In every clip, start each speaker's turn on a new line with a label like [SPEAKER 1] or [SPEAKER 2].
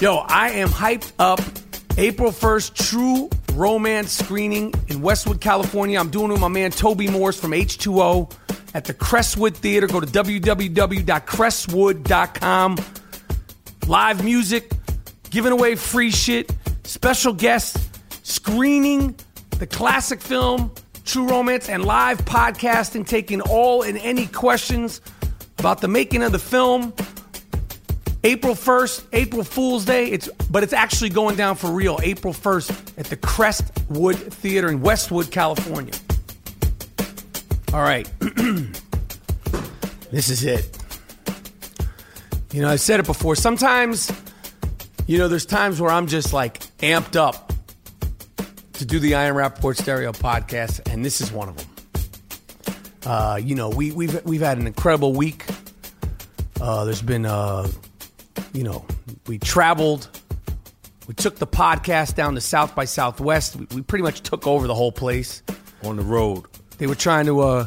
[SPEAKER 1] Yo, I am hyped up. April 1st, true romance screening in Westwood, California. I'm doing it with my man Toby Morse from H2O at the Crestwood Theater. Go to www.crestwood.com. Live music, giving away free shit, special guests, screening the classic film True Romance, and live podcasting, taking all and any questions about the making of the film. April 1st, April Fool's Day. It's but it's actually going down for real. April 1st at the Crestwood Theater in Westwood, California. All right. this is it. You know, I've said it before. Sometimes you know, there's times where I'm just like amped up to do the Iron Rapport Stereo podcast, and this is one of them. Uh, you know, we, we've we've had an incredible week. Uh, there's been, uh, you know, we traveled. We took the podcast down to South by Southwest. We, we pretty much took over the whole place.
[SPEAKER 2] on the road.
[SPEAKER 1] They were trying to, uh,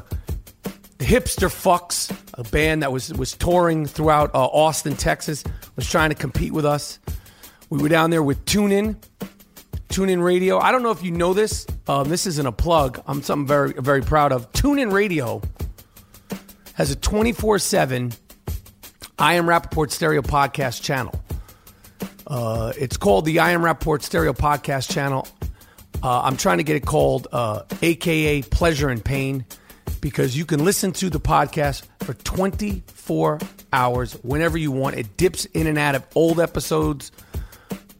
[SPEAKER 1] the Hipster Fucks, a band that was was touring throughout uh, Austin, Texas, was trying to compete with us. We were down there with TuneIn, TuneIn Radio. I don't know if you know this. Um, this isn't a plug. I'm something very very proud of. TuneIn Radio has a 24 seven I Am Rappaport Stereo podcast channel. Uh, it's called the I Am Rappaport Stereo podcast channel. Uh, I'm trying to get it called uh, AKA Pleasure and Pain because you can listen to the podcast for 24 hours whenever you want. It dips in and out of old episodes,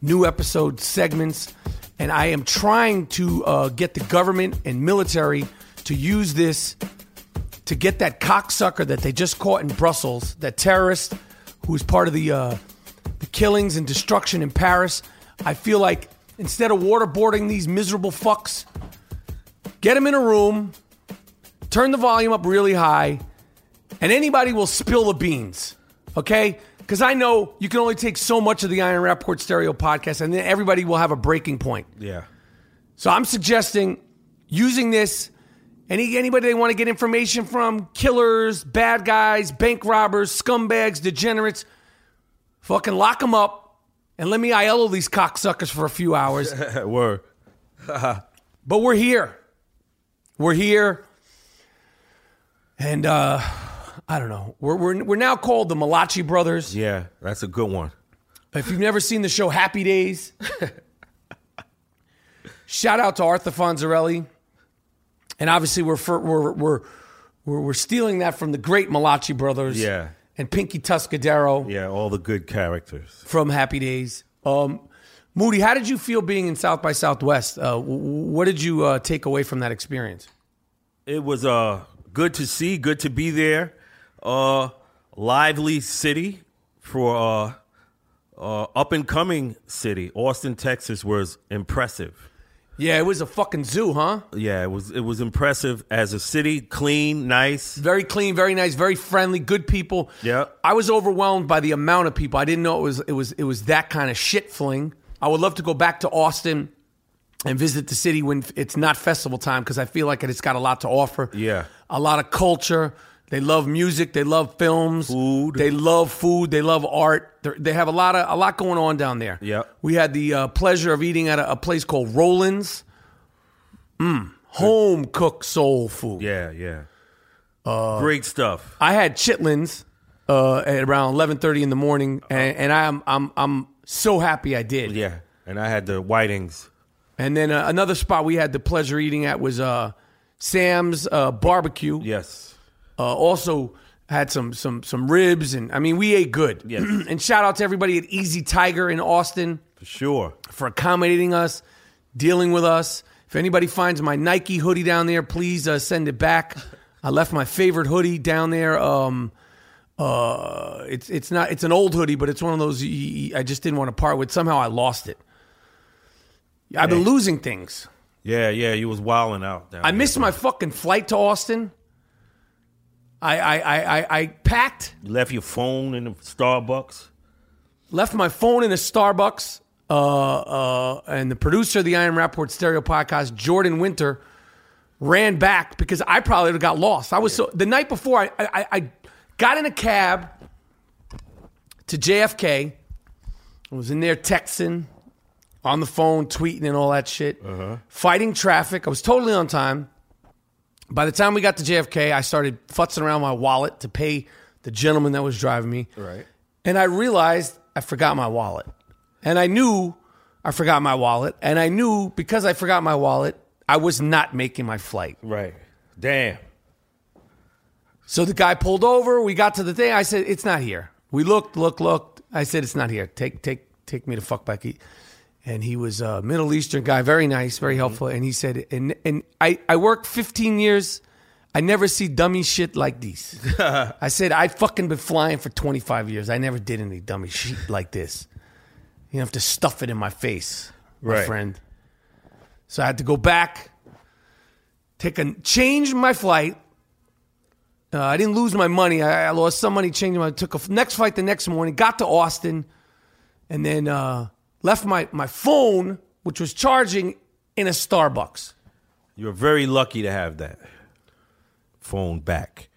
[SPEAKER 1] new episode segments. And I am trying to uh, get the government and military to use this to get that cocksucker that they just caught in Brussels, that terrorist who was part of the uh, the killings and destruction in Paris. I feel like instead of waterboarding these miserable fucks, get them in a room, turn the volume up really high, and anybody will spill the beans. Okay? Because I know you can only take so much of the Iron Rapport Stereo podcast, and then everybody will have a breaking point.
[SPEAKER 2] Yeah.
[SPEAKER 1] So I'm suggesting using this Any anybody they want to get information from, killers, bad guys, bank robbers, scumbags, degenerates, fucking lock them up and let me ILO these cocksuckers for a few hours.
[SPEAKER 2] Word.
[SPEAKER 1] But we're here. We're here. And uh I don't know. We're we're, we're now called the Malachi brothers.
[SPEAKER 2] Yeah, that's a good one.
[SPEAKER 1] If you've never seen the show Happy Days, shout out to Arthur Fonzarelli. And obviously we're for, we're, we're we're we're stealing that from the great Malachi brothers.
[SPEAKER 2] Yeah.
[SPEAKER 1] And Pinky Tuscadero
[SPEAKER 2] Yeah, all the good characters.
[SPEAKER 1] from Happy Days. Um Moody, how did you feel being in South by Southwest? Uh, w- w- what did you uh, take away from that experience?
[SPEAKER 2] It was uh good to see, good to be there. Uh lively city for uh uh up and coming city. Austin, Texas was impressive.
[SPEAKER 1] Yeah, it was a fucking zoo, huh?
[SPEAKER 2] Yeah, it was it was impressive as a city, clean, nice.
[SPEAKER 1] Very clean, very nice, very friendly, good people.
[SPEAKER 2] Yeah.
[SPEAKER 1] I was overwhelmed by the amount of people. I didn't know it was it was it was that kind of shit fling. I would love to go back to Austin and visit the city when it's not festival time because I feel like it's got a lot to offer.
[SPEAKER 2] Yeah.
[SPEAKER 1] A lot of culture. They love music, they love films,
[SPEAKER 2] Food.
[SPEAKER 1] They love food, they love art. They're, they have a lot of a lot going on down there.
[SPEAKER 2] Yeah.
[SPEAKER 1] We had the uh, pleasure of eating at a, a place called Roland's. Mm. Home cooked soul food.
[SPEAKER 2] Yeah, yeah. Great stuff.
[SPEAKER 1] I had chitlins uh, at around eleven thirty in the morning, and, and I'm I'm I'm so happy I did.
[SPEAKER 2] Uh-huh. Yeah. And I had the whitings.
[SPEAKER 1] And then uh, another spot we had the pleasure eating at was uh, Sam's uh, barbecue.
[SPEAKER 2] Yes.
[SPEAKER 1] Uh, also had some some some ribs, and I mean we ate good.
[SPEAKER 2] Yes.
[SPEAKER 1] and shout out to everybody at Easy Tiger in Austin
[SPEAKER 2] For sure.
[SPEAKER 1] for accommodating us, dealing with us. If anybody finds my Nike hoodie down there, please uh, send it back. I left my favorite hoodie down there. Um, uh, it's it's not it's an old hoodie, but it's one of those y- y- I just didn't want to part with. Somehow I lost it. I've been losing things.
[SPEAKER 2] Yeah, yeah, you was wilding out. down
[SPEAKER 1] I
[SPEAKER 2] there.
[SPEAKER 1] missed my fucking flight to Austin. I I I I, I packed.
[SPEAKER 2] You left your phone in the Starbucks.
[SPEAKER 1] left my phone in a Starbucks. Uh, uh, and the producer of the Iron Rapport Stereo Podcast, Jordan Winter, ran back because I probably would have got lost. I was so the night before I, I I got in a cab to JFK. I was in there texting, on the phone, tweeting, and all that shit. Fighting traffic. I was totally on time. By the time we got to JFK, I started futzing around my wallet to pay the gentleman that was driving me.
[SPEAKER 2] Right.
[SPEAKER 1] And I realized I forgot my wallet. And I knew I forgot my wallet. And I knew because I forgot my wallet, I was not making my flight.
[SPEAKER 2] Right. Damn.
[SPEAKER 1] So the guy pulled over. We got to the thing. I said, "It's not here." We looked, looked, looked. I said, "It's not here. Take, take, take me to fuck back." He- And he was a Middle Eastern guy, very nice, very helpful. And he said, "And and I I worked 15 years. I never see dummy shit like this." I said, "I fucking been flying for 25 years. I never did any dummy shit like this. You have to stuff it in my face, my
[SPEAKER 2] Right.
[SPEAKER 1] friend." So I had to go back, take a change my flight. Uh, I didn't lose my money. I, I lost some money changing my. Took a f- next flight the next morning. Got to Austin, and then uh, left my my phone, which was charging, in a Starbucks.
[SPEAKER 2] You're very lucky to have that phone back.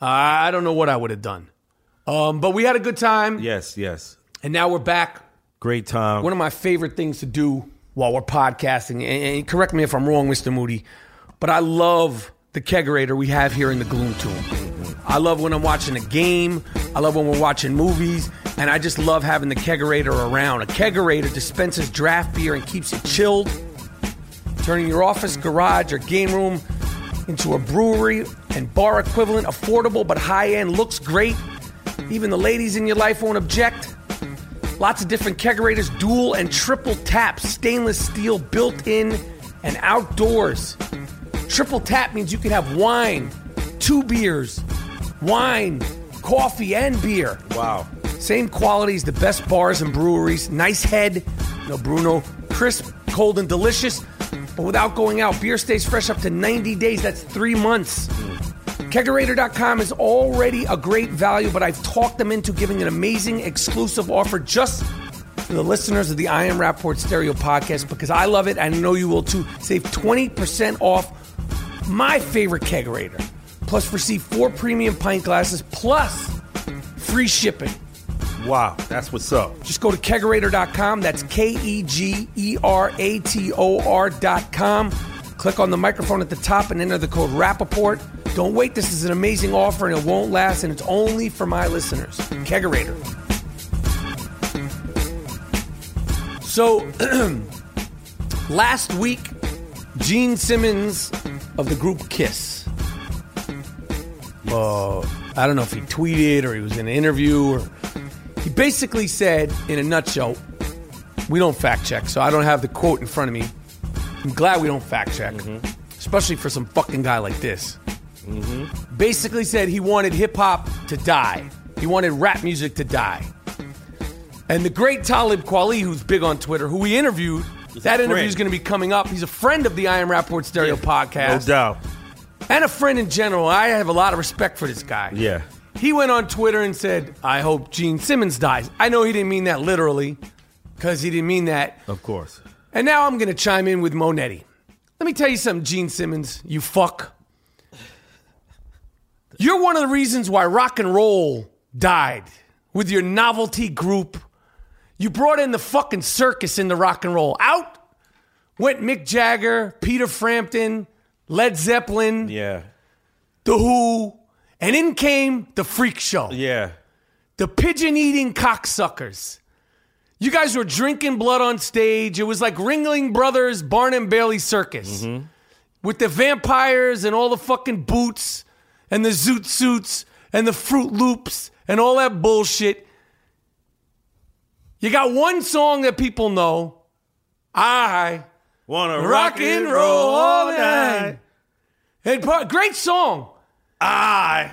[SPEAKER 1] I I don't know what I would have done, um, but we had a good time,
[SPEAKER 2] Yes, yes.
[SPEAKER 1] and now we're back.
[SPEAKER 2] Great time.
[SPEAKER 1] One of my favorite things to do while we're podcasting, and, and correct me if I'm wrong, Mr. Moody, but I love the kegerator we have here in the Gloom Tomb. I love when I'm watching a game. I love when we're watching movies. And I just love having the kegerator around. A kegerator dispenses draft beer and keeps it chilled, turning your office, garage, or game room into a brewery and bar equivalent, affordable but high end, looks great. Even the ladies in your life won't object. Lots of different kegerators, dual and triple taps, stainless steel, built in and outdoors. Triple tap means you can have wine, two beers, wine, coffee, and beer.
[SPEAKER 2] wow.
[SPEAKER 1] Same quality as the best bars and breweries. Nice head, no Bruno. Crisp, cold, and delicious. But without going out, beer stays fresh up to 90 days. That's three months. Kegerator.com is already a great value, but I've talked them into giving an amazing exclusive offer just to the listeners of the I Am Rapport Stereo podcast because I love it. I know you will too. Save 20% off my favorite kegerator. Plus, receive four premium pint glasses plus free shipping.
[SPEAKER 2] Wow, that's what's up.
[SPEAKER 1] Just go to kegerator.com. That's K E G E R A T O R.com. Click on the microphone at the top and enter the code Rappaport. Don't wait, this is an amazing offer and it won't last, and it's only for my listeners. Kegerator. So, last week, Gene Simmons of the group Kiss. Uh, I don't know if he tweeted or he was in an interview or he basically said, in a nutshell, we don't fact check, so I don't have the quote in front of me. I'm glad we don't fact check, especially for some fucking guy like this. Mm-hmm. Basically said he wanted hip hop to die. He wanted rap music to die. And the great Talib Kweli, who's big on Twitter, who we interviewed, that
[SPEAKER 2] friend.
[SPEAKER 1] interview is going to be coming up. He's a friend of the I Am Rapport Stereo
[SPEAKER 2] No
[SPEAKER 1] podcast
[SPEAKER 2] doubt.
[SPEAKER 1] and a friend in general. I have a lot of respect for this guy.
[SPEAKER 2] Yeah.
[SPEAKER 1] He went on Twitter and said, I hope Gene Simmons dies. I know he didn't mean that literally because he didn't mean that.
[SPEAKER 2] Of course.
[SPEAKER 1] And now I'm going to chime in with Monetti. Let me tell you something, Gene Simmons, you fuck. You're one of the reasons why rock and roll died with your novelty group. You brought in the fucking circus in the rock and roll. Out went Mick Jagger, Peter Frampton, Led Zeppelin.
[SPEAKER 2] Yeah.
[SPEAKER 1] The Who, and in came the Freak Show.
[SPEAKER 2] Yeah.
[SPEAKER 1] The pigeon eating cocksuckers. You guys were drinking blood on stage. It was like Ringling Brothers Barnum and Bailey Circus with the vampires and all the fucking boots and the zoot suits and the Fruit Loops and all that bullshit. You got one song that people know. I
[SPEAKER 2] Wanna
[SPEAKER 1] rock and roll all night. And part, great song.
[SPEAKER 2] I.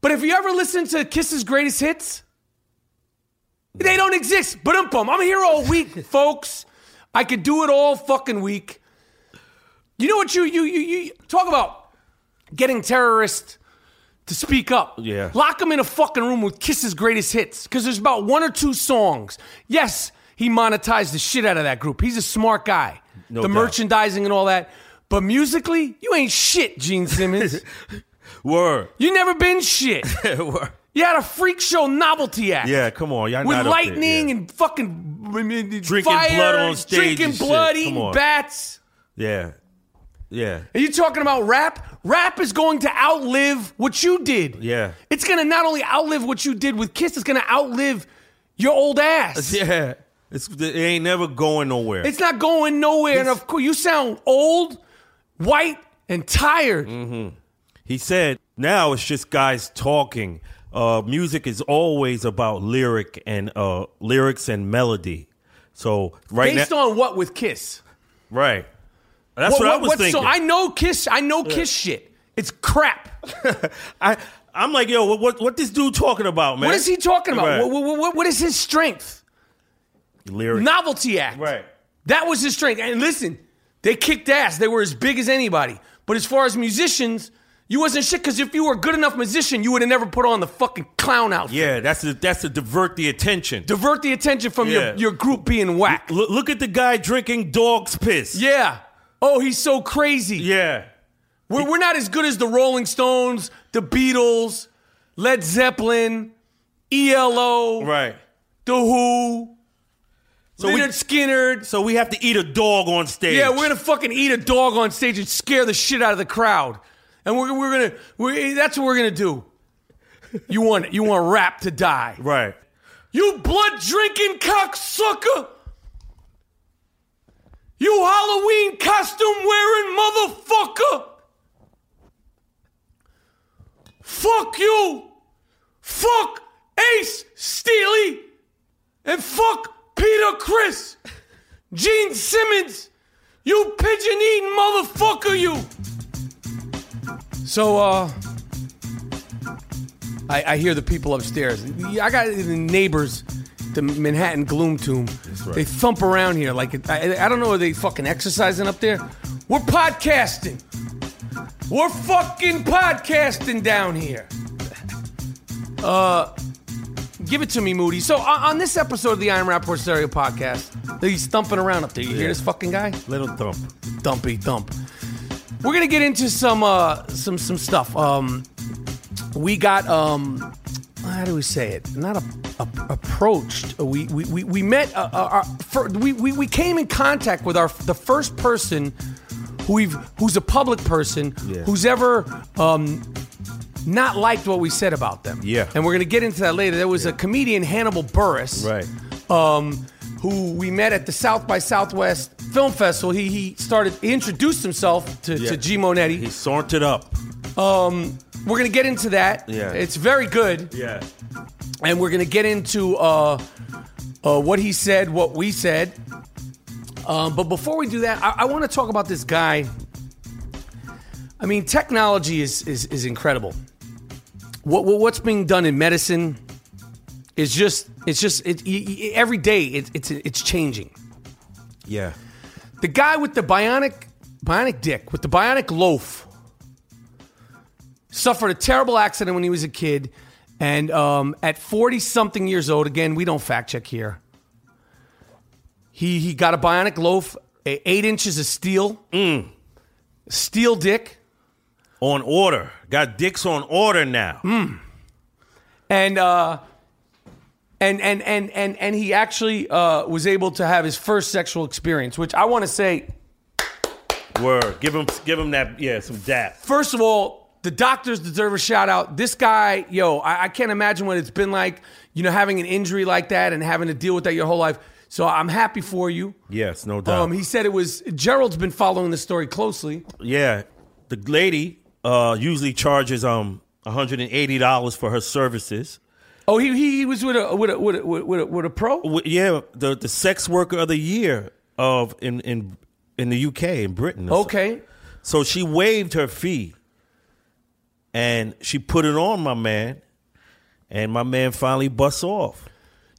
[SPEAKER 1] But if you ever listen to Kiss's greatest hits, they don't exist. But I'm here all week, folks. I could do it all fucking week. You know what you you you you talk about getting terrorists to speak up.
[SPEAKER 2] Yeah.
[SPEAKER 1] Lock them in a fucking room with Kiss's greatest hits because there's about one or two songs. Yes, he monetized the shit out of that group. He's a smart guy.
[SPEAKER 2] No
[SPEAKER 1] the
[SPEAKER 2] doubt.
[SPEAKER 1] merchandising and all that. But musically, you ain't shit, Gene Simmons.
[SPEAKER 2] Word.
[SPEAKER 1] you never been shit.
[SPEAKER 2] Word.
[SPEAKER 1] You had a freak show novelty act.
[SPEAKER 2] Yeah, come on. Y'all
[SPEAKER 1] With
[SPEAKER 2] not up there,
[SPEAKER 1] lightning
[SPEAKER 2] yeah.
[SPEAKER 1] and fucking I mean,
[SPEAKER 2] Drinking
[SPEAKER 1] fire,
[SPEAKER 2] blood on stage
[SPEAKER 1] drinking
[SPEAKER 2] and shit.
[SPEAKER 1] blood,
[SPEAKER 2] Come
[SPEAKER 1] eating
[SPEAKER 2] on.
[SPEAKER 1] bats.
[SPEAKER 2] Yeah. Yeah.
[SPEAKER 1] Are you talking about rap? Rap is going to outlive what you did.
[SPEAKER 2] Yeah.
[SPEAKER 1] It's going to not only outlive what you did with Kiss, it's going to outlive your old ass.
[SPEAKER 2] Yeah. It's, it ain't never going nowhere.
[SPEAKER 1] It's not going nowhere. and of course, you sound old, white, and tired.
[SPEAKER 2] Mm-hmm. He said, now it's just guys talking. Uh, music is always about lyric and uh, lyrics and melody. So right
[SPEAKER 1] Based
[SPEAKER 2] now,
[SPEAKER 1] on what with Kiss?
[SPEAKER 2] right. That's what, I was
[SPEAKER 1] what's
[SPEAKER 2] thinking.
[SPEAKER 1] So, I know Kiss. I know Kiss shit. It's crap.
[SPEAKER 2] I, I'm like, yo, what, what, what this dude talking about, man?
[SPEAKER 1] What is he talking about?
[SPEAKER 2] Right.
[SPEAKER 1] What- what- what- what is his strength?
[SPEAKER 2] Lyric.
[SPEAKER 1] Novelty act.
[SPEAKER 2] Right.
[SPEAKER 1] That was his strength. And listen, they kicked ass. They were as big as anybody. But as far as musicians, you wasn't shit because if you were a good enough musician, you would have never put on the fucking clown outfit.
[SPEAKER 2] Yeah, that's to, that's to divert the attention.
[SPEAKER 1] Divert the attention from
[SPEAKER 2] Yeah.
[SPEAKER 1] your, your group being whack.
[SPEAKER 2] Look- look at the guy drinking dog's piss.
[SPEAKER 1] yeah. Oh, he's so crazy.
[SPEAKER 2] Yeah.
[SPEAKER 1] We're, we're not as good as the Rolling Stones, the Beatles, Led Zeppelin, E ELO,
[SPEAKER 2] Right.
[SPEAKER 1] The Who,
[SPEAKER 2] So we,
[SPEAKER 1] Leonard Skinner,
[SPEAKER 2] so we have to eat a dog on stage.
[SPEAKER 1] Yeah, we're gonna fucking eat a dog on stage and scare the shit out of the crowd, and we're, we're gonna we that's what we're gonna do. You want you want rap to die,
[SPEAKER 2] Right.
[SPEAKER 1] you blood drinking cocksucker, you Halloween costume wearing motherfucker. Fuck you, fuck Ace Steely, and fuck Peter Chris. Gene Simmons, you pigeon eating motherfucker, you. So, uh, I, I hear the people upstairs. I got the neighbors, the Manhattan Gloom Tomb.
[SPEAKER 2] right.
[SPEAKER 1] They thump around here like it- I, I don't know. Are they fucking exercising up there? We're podcasting. We're fucking podcasting down here. Uh, Give it to me, Moody. So on, on this episode of the Iron Rapport Stereo Podcast, that he's thumping around up there. You hear
[SPEAKER 2] Yeah.
[SPEAKER 1] this fucking guy?
[SPEAKER 2] Little thump.
[SPEAKER 1] Dumpy dump. We're gonna get into some uh, some some stuff. Um, we got um, how do we say it? Not a, a- approached. We we, we, we met. Uh, uh, our, fir- we, we we came in contact with our the first person who we've who's a public person
[SPEAKER 2] Yeah.
[SPEAKER 1] who's ever um, not liked what we said about them.
[SPEAKER 2] Yeah.
[SPEAKER 1] and we're gonna get into that later. There was a comedian Hannibal Burris
[SPEAKER 2] Right.
[SPEAKER 1] um, who we met at the South by Southwest Film Festival. He he started he introduced himself to,
[SPEAKER 2] Yeah.
[SPEAKER 1] to G Monetti.
[SPEAKER 2] He sauntered up.
[SPEAKER 1] Um, we're gonna get into that.
[SPEAKER 2] Yeah.
[SPEAKER 1] it's very good,
[SPEAKER 2] Yeah.
[SPEAKER 1] and we're gonna get into uh, uh, what he said, what we said. Um, but before we do that, I, I want to talk about this guy. I mean, technology is is, is incredible. What, what what's being done in medicine is just it's just it, y y- every day it, it's it's changing.
[SPEAKER 2] Yeah.
[SPEAKER 1] The guy with the bionic bionic dick with the bionic loaf suffered a terrible accident when he was a kid, and um, at forty something years old, again we don't fact check here. He he got a bionic loaf, a- eight inches of steel, steel dick,
[SPEAKER 2] On order. Got dicks on order now.
[SPEAKER 1] Hmm. and uh, and and and and and he actually uh, was able to have his first sexual experience, which I want to say
[SPEAKER 2] Word. Give him give him that yeah, some dap.
[SPEAKER 1] first of all, the doctors deserve a shout out. This guy, yo, I, I can't imagine what it's been like, you know, having an injury like that and having to deal with that your whole life. So I'm happy for you.
[SPEAKER 2] Yes, no doubt.
[SPEAKER 1] Um, he said it was Gerald's been following the story closely.
[SPEAKER 2] yeah. The lady uh usually charges um $180 for her services.
[SPEAKER 1] Oh, he he, he was with a with a with a, with a, with a pro.
[SPEAKER 2] Wh- Yeah, the the sex worker of the year of in in in the UK in Britain. or
[SPEAKER 1] Okay,
[SPEAKER 2] So she waived her fee and she put it on my man. And my man finally busts off.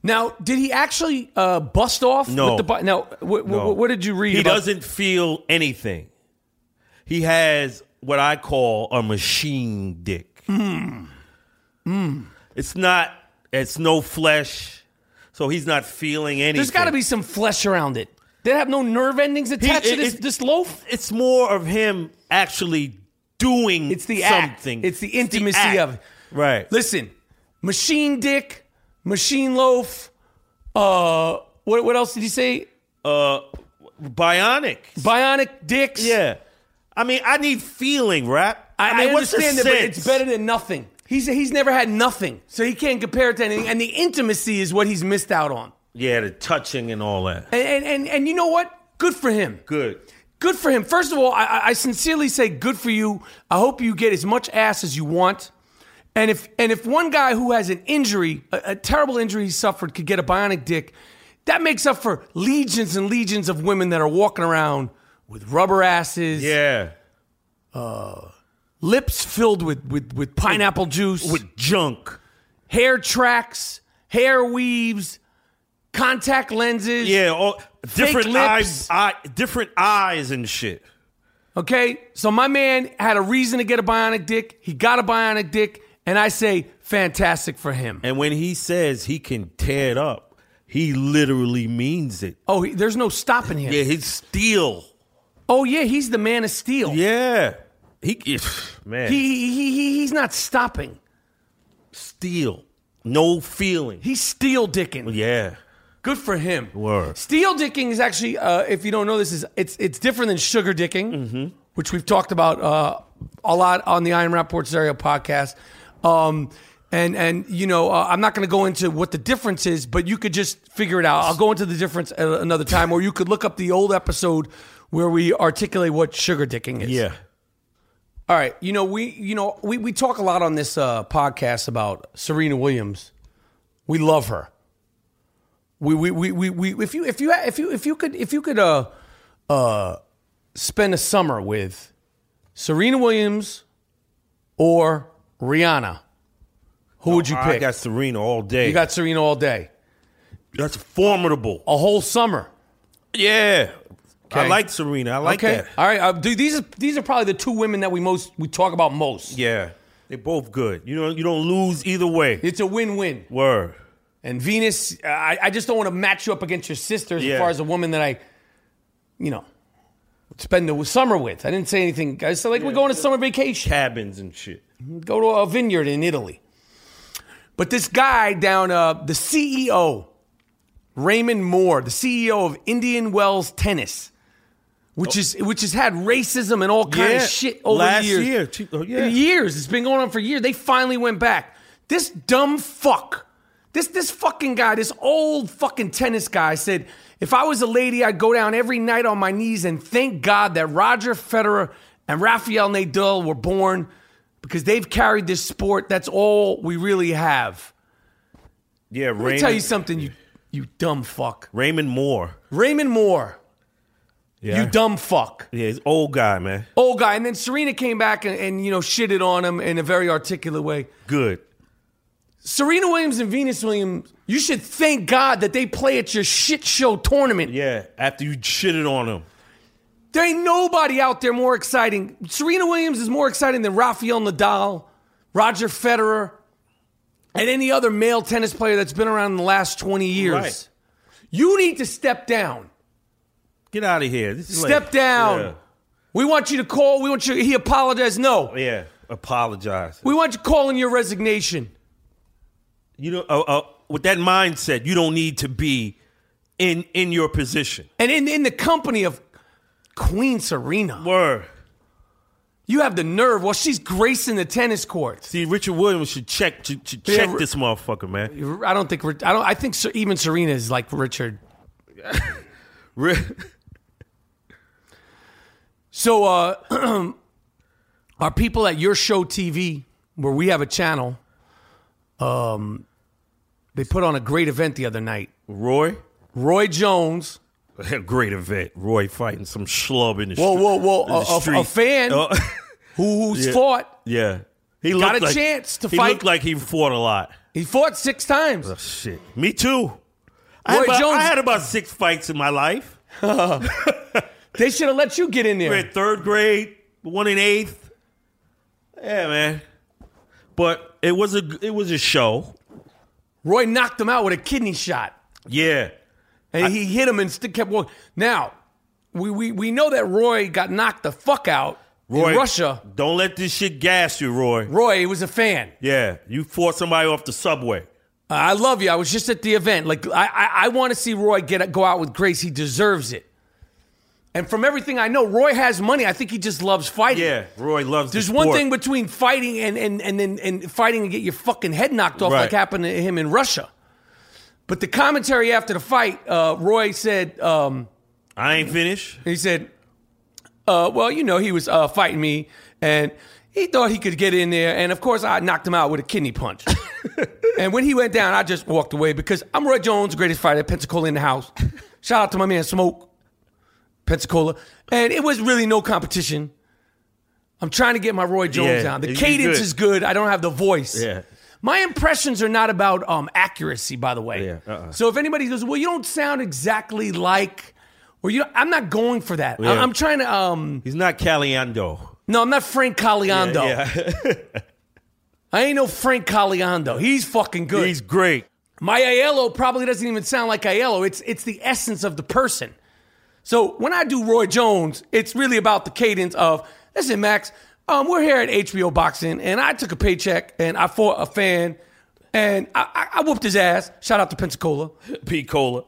[SPEAKER 1] now did he actually uh, bust off?
[SPEAKER 2] No.
[SPEAKER 1] With the, bi- now, wh- wh-
[SPEAKER 2] No.
[SPEAKER 1] what did you read?
[SPEAKER 2] Oh. He
[SPEAKER 1] about-
[SPEAKER 2] doesn't feel anything. He has what I call a machine dick.
[SPEAKER 1] Hmm.
[SPEAKER 2] It's not, it's no flesh. So he's not feeling anything.
[SPEAKER 1] There's got to be some flesh around it. They have no nerve endings attached
[SPEAKER 2] it-
[SPEAKER 1] to this,
[SPEAKER 2] it-
[SPEAKER 1] this loaf.
[SPEAKER 2] It's more of him actually doing
[SPEAKER 1] It's the act.
[SPEAKER 2] something.
[SPEAKER 1] It's the intimacy
[SPEAKER 2] act.
[SPEAKER 1] of it.
[SPEAKER 2] Right.
[SPEAKER 1] Listen, machine dick, machine loaf. Uh, what what else did you say?
[SPEAKER 2] Uh, bionic.
[SPEAKER 1] Bionic dicks.
[SPEAKER 2] Yeah. I mean, I need feeling, rap.
[SPEAKER 1] I, I,
[SPEAKER 2] mean, what's the
[SPEAKER 1] understand that, but
[SPEAKER 2] sense?
[SPEAKER 1] it's better than nothing. He's he's never had nothing, so he can't compare it to anything. And the intimacy is what he's missed out on.
[SPEAKER 2] Yeah, the touching and all that.
[SPEAKER 1] And and and, and you know what? Good for him.
[SPEAKER 2] Good.
[SPEAKER 1] Good for him. First of all, I- I, I sincerely say good for you. I hope you get as much ass as you want. And if and if one guy who has an injury, a, a terrible injury he suffered, could get a bionic dick, that makes up for legions and legions of women that are walking around with rubber asses,
[SPEAKER 2] Yeah.
[SPEAKER 1] lips filled with with, with pineapple juice,
[SPEAKER 2] With junk.
[SPEAKER 1] hair tracks, hair weaves, contact lenses.
[SPEAKER 2] Yeah, all different
[SPEAKER 1] lips.
[SPEAKER 2] eyes, eye, different eyes and shit.
[SPEAKER 1] Okay, so my man had a reason to get a bionic dick. He got a bionic dick, and I say fantastic for him.
[SPEAKER 2] And when he says he can tear it up, he literally means it.
[SPEAKER 1] Oh, he, there's no stopping him.
[SPEAKER 2] Yeah, he's steel.
[SPEAKER 1] Oh yeah, he's the man of steel.
[SPEAKER 2] Yeah. He man,
[SPEAKER 1] He, he, he, he he's not stopping.
[SPEAKER 2] steel. No feeling.
[SPEAKER 1] He's steel dicking.
[SPEAKER 2] yeah.
[SPEAKER 1] Good for him.
[SPEAKER 2] Word.
[SPEAKER 1] Steel dicking is actually, uh, if you don't know this, is it's it's different than sugar dicking, which we've talked about uh, a lot on the Iron Rapport Stereo podcast. Um, and and you know, uh, I'm not going to go into what the difference is, but you could just figure it out. I'll go into the difference at another time, or you could look up the old episode where we articulate what sugar dicking is.
[SPEAKER 2] Yeah.
[SPEAKER 1] All right. You know, we you know we we talk a lot on this uh, podcast about Serena Williams. We love her. We we, we we we if you if you if you if you could if you could uh uh spend a summer with Serena Williams or Rihanna, who would you
[SPEAKER 2] I
[SPEAKER 1] pick?
[SPEAKER 2] got Serena all day.
[SPEAKER 1] you got Serena all day,
[SPEAKER 2] That's formidable.
[SPEAKER 1] a whole summer.
[SPEAKER 2] Yeah.
[SPEAKER 1] Okay.
[SPEAKER 2] I like Serena. I like
[SPEAKER 1] okay.
[SPEAKER 2] that.
[SPEAKER 1] All right. Uh, dude, these are these are probably the two women that we most we talk about most.
[SPEAKER 2] Yeah. They're both good. You know, you don't lose either way.
[SPEAKER 1] It's a win win.
[SPEAKER 2] Word.
[SPEAKER 1] And Venus, I, I just don't want to match you up against your sister as
[SPEAKER 2] Yeah.
[SPEAKER 1] far as a woman that I, you know, would spend the summer with. I didn't say anything. I said, like, we're going to summer vacation.
[SPEAKER 2] cabins and shit.
[SPEAKER 1] Go to a vineyard in Italy. But this guy down, uh, the CEO, Raymond Moore, the CEO of Indian Wells Tennis, which is which has had racism and all kind
[SPEAKER 2] Oh. Yeah,
[SPEAKER 1] of shit over
[SPEAKER 2] last
[SPEAKER 1] the years.
[SPEAKER 2] year, two- oh, yeah.
[SPEAKER 1] years. It's been going on for years. They finally went back. This dumb fuck, this this fucking guy, this old fucking tennis guy said, if I was a lady, I'd go down every night on my knees and thank God that Roger Federer and Rafael Nadal were born because they've carried this sport. That's all we really have.
[SPEAKER 2] Yeah,
[SPEAKER 1] Let me
[SPEAKER 2] Raymond,
[SPEAKER 1] tell you something, you you dumb fuck.
[SPEAKER 2] Raymond Moore.
[SPEAKER 1] Raymond Moore,
[SPEAKER 2] Yeah.
[SPEAKER 1] you dumb fuck.
[SPEAKER 2] Yeah, he's old guy, man.
[SPEAKER 1] Old guy. And then Serena came back and, and, you know, shitted on him in a very articulate way.
[SPEAKER 2] Good.
[SPEAKER 1] Serena Williams and Venus Williams, you should thank God that they play at your shit show tournament.
[SPEAKER 2] Yeah, after you shitted on him.
[SPEAKER 1] There ain't nobody out there more exciting. Serena Williams is more exciting than Rafael Nadal, Roger Federer, and any other male tennis player that's been around in the last 20 years.
[SPEAKER 2] Right.
[SPEAKER 1] You need to step down.
[SPEAKER 2] Get out of here. This is
[SPEAKER 1] Step
[SPEAKER 2] like-
[SPEAKER 1] down. We want you to call. We want you. He apologized. No.
[SPEAKER 2] Yeah, yeah. apologize.
[SPEAKER 1] We want you calling your resignation.
[SPEAKER 2] you know, uh, uh, with that mindset, you don't need to be in in your position.
[SPEAKER 1] And in, in the company of Queen Serena,
[SPEAKER 2] Word.
[SPEAKER 1] you have the nerve. Well, she's gracing the tennis courts.
[SPEAKER 2] See, Richard Williams should check should, should
[SPEAKER 1] Yeah,
[SPEAKER 2] check
[SPEAKER 1] Ri-
[SPEAKER 2] this motherfucker, man.
[SPEAKER 1] I don't think. I don't. I think Ser- even Serena is like Richard.
[SPEAKER 2] Ri-
[SPEAKER 1] So, uh, our people at Your Show TV, where we have a channel, um, they put on a great event the other night.
[SPEAKER 2] Roy,
[SPEAKER 1] Roy Jones,
[SPEAKER 2] great event. Roy fighting some schlub in the
[SPEAKER 1] Whoa,
[SPEAKER 2] stre-
[SPEAKER 1] whoa, whoa.
[SPEAKER 2] in the
[SPEAKER 1] A- a- a
[SPEAKER 2] street.
[SPEAKER 1] fan.
[SPEAKER 2] Uh,
[SPEAKER 1] who, who's
[SPEAKER 2] Yeah.
[SPEAKER 1] fought
[SPEAKER 2] yeah, he
[SPEAKER 1] Got
[SPEAKER 2] looked
[SPEAKER 1] a chance to
[SPEAKER 2] he
[SPEAKER 1] fight.
[SPEAKER 2] looked like he fought a lot.
[SPEAKER 1] He fought six times.
[SPEAKER 2] Shit, me too. I had,
[SPEAKER 1] Roy
[SPEAKER 2] about,
[SPEAKER 1] Jones-
[SPEAKER 2] I had about six fights in my life.
[SPEAKER 1] They should have let you get in
[SPEAKER 2] We're
[SPEAKER 1] there.
[SPEAKER 2] in third grade, one in eighth. Yeah, man. But it was a it was a show.
[SPEAKER 1] Roy knocked him out with a kidney shot,
[SPEAKER 2] Yeah,
[SPEAKER 1] and he hit him and still kept walking. Now, we, we we know that Roy got knocked the fuck out
[SPEAKER 2] Roy.
[SPEAKER 1] in Russia.
[SPEAKER 2] Don't let this shit gas you, Roy.
[SPEAKER 1] Roy was a fan.
[SPEAKER 2] Yeah, you fought somebody off the subway.
[SPEAKER 1] I love you. I was just at the event. Like I, I, I want to see Roy get go out with grace. He deserves it. And from everything I know, Roy has money. I think he just loves fighting.
[SPEAKER 2] Yeah, Roy loves.
[SPEAKER 1] There's
[SPEAKER 2] the
[SPEAKER 1] one
[SPEAKER 2] sport.
[SPEAKER 1] thing between fighting and and and then and fighting and get your fucking head knocked off
[SPEAKER 2] Right.
[SPEAKER 1] like happened to him in Russia. But the commentary after the fight, uh, Roy said, um,
[SPEAKER 2] I ain't finished.
[SPEAKER 1] he said, uh, well, you know, he was uh, fighting me, and he thought he could get in there, and of course, I knocked him out with a kidney punch. and when he went down, I just walked away because I'm Roy Jones, greatest fighter at Pensacola in the house. Shout out to my man Smoke, Pensacola, and it was really no competition. I'm trying to get my Roy Jones
[SPEAKER 2] Yeah,
[SPEAKER 1] down. The
[SPEAKER 2] you
[SPEAKER 1] cadence
[SPEAKER 2] good.
[SPEAKER 1] is good. I don't have the voice.
[SPEAKER 2] Yeah.
[SPEAKER 1] My impressions are not about um, accuracy, by the way.
[SPEAKER 2] Yeah, uh-uh.
[SPEAKER 1] So if anybody goes, well, you don't sound exactly like, or you, I'm not going for that. I,
[SPEAKER 2] Yeah.
[SPEAKER 1] am trying to. Um,
[SPEAKER 2] He's not Caliendo.
[SPEAKER 1] no, I'm not Frank Caliendo.
[SPEAKER 2] Yeah,
[SPEAKER 1] I ain't no Frank Caliendo. He's fucking good.
[SPEAKER 2] he's great.
[SPEAKER 1] My Aiello probably doesn't even sound like Aiello. It's it's the essence of the person. So when I do Roy Jones, it's really about the cadence of listen, Max. Um, we're here at HBO Boxing, and I took a paycheck and I fought a fan, and I, I, I whooped his ass. Shout out to Pensacola.
[SPEAKER 2] Pete Cola.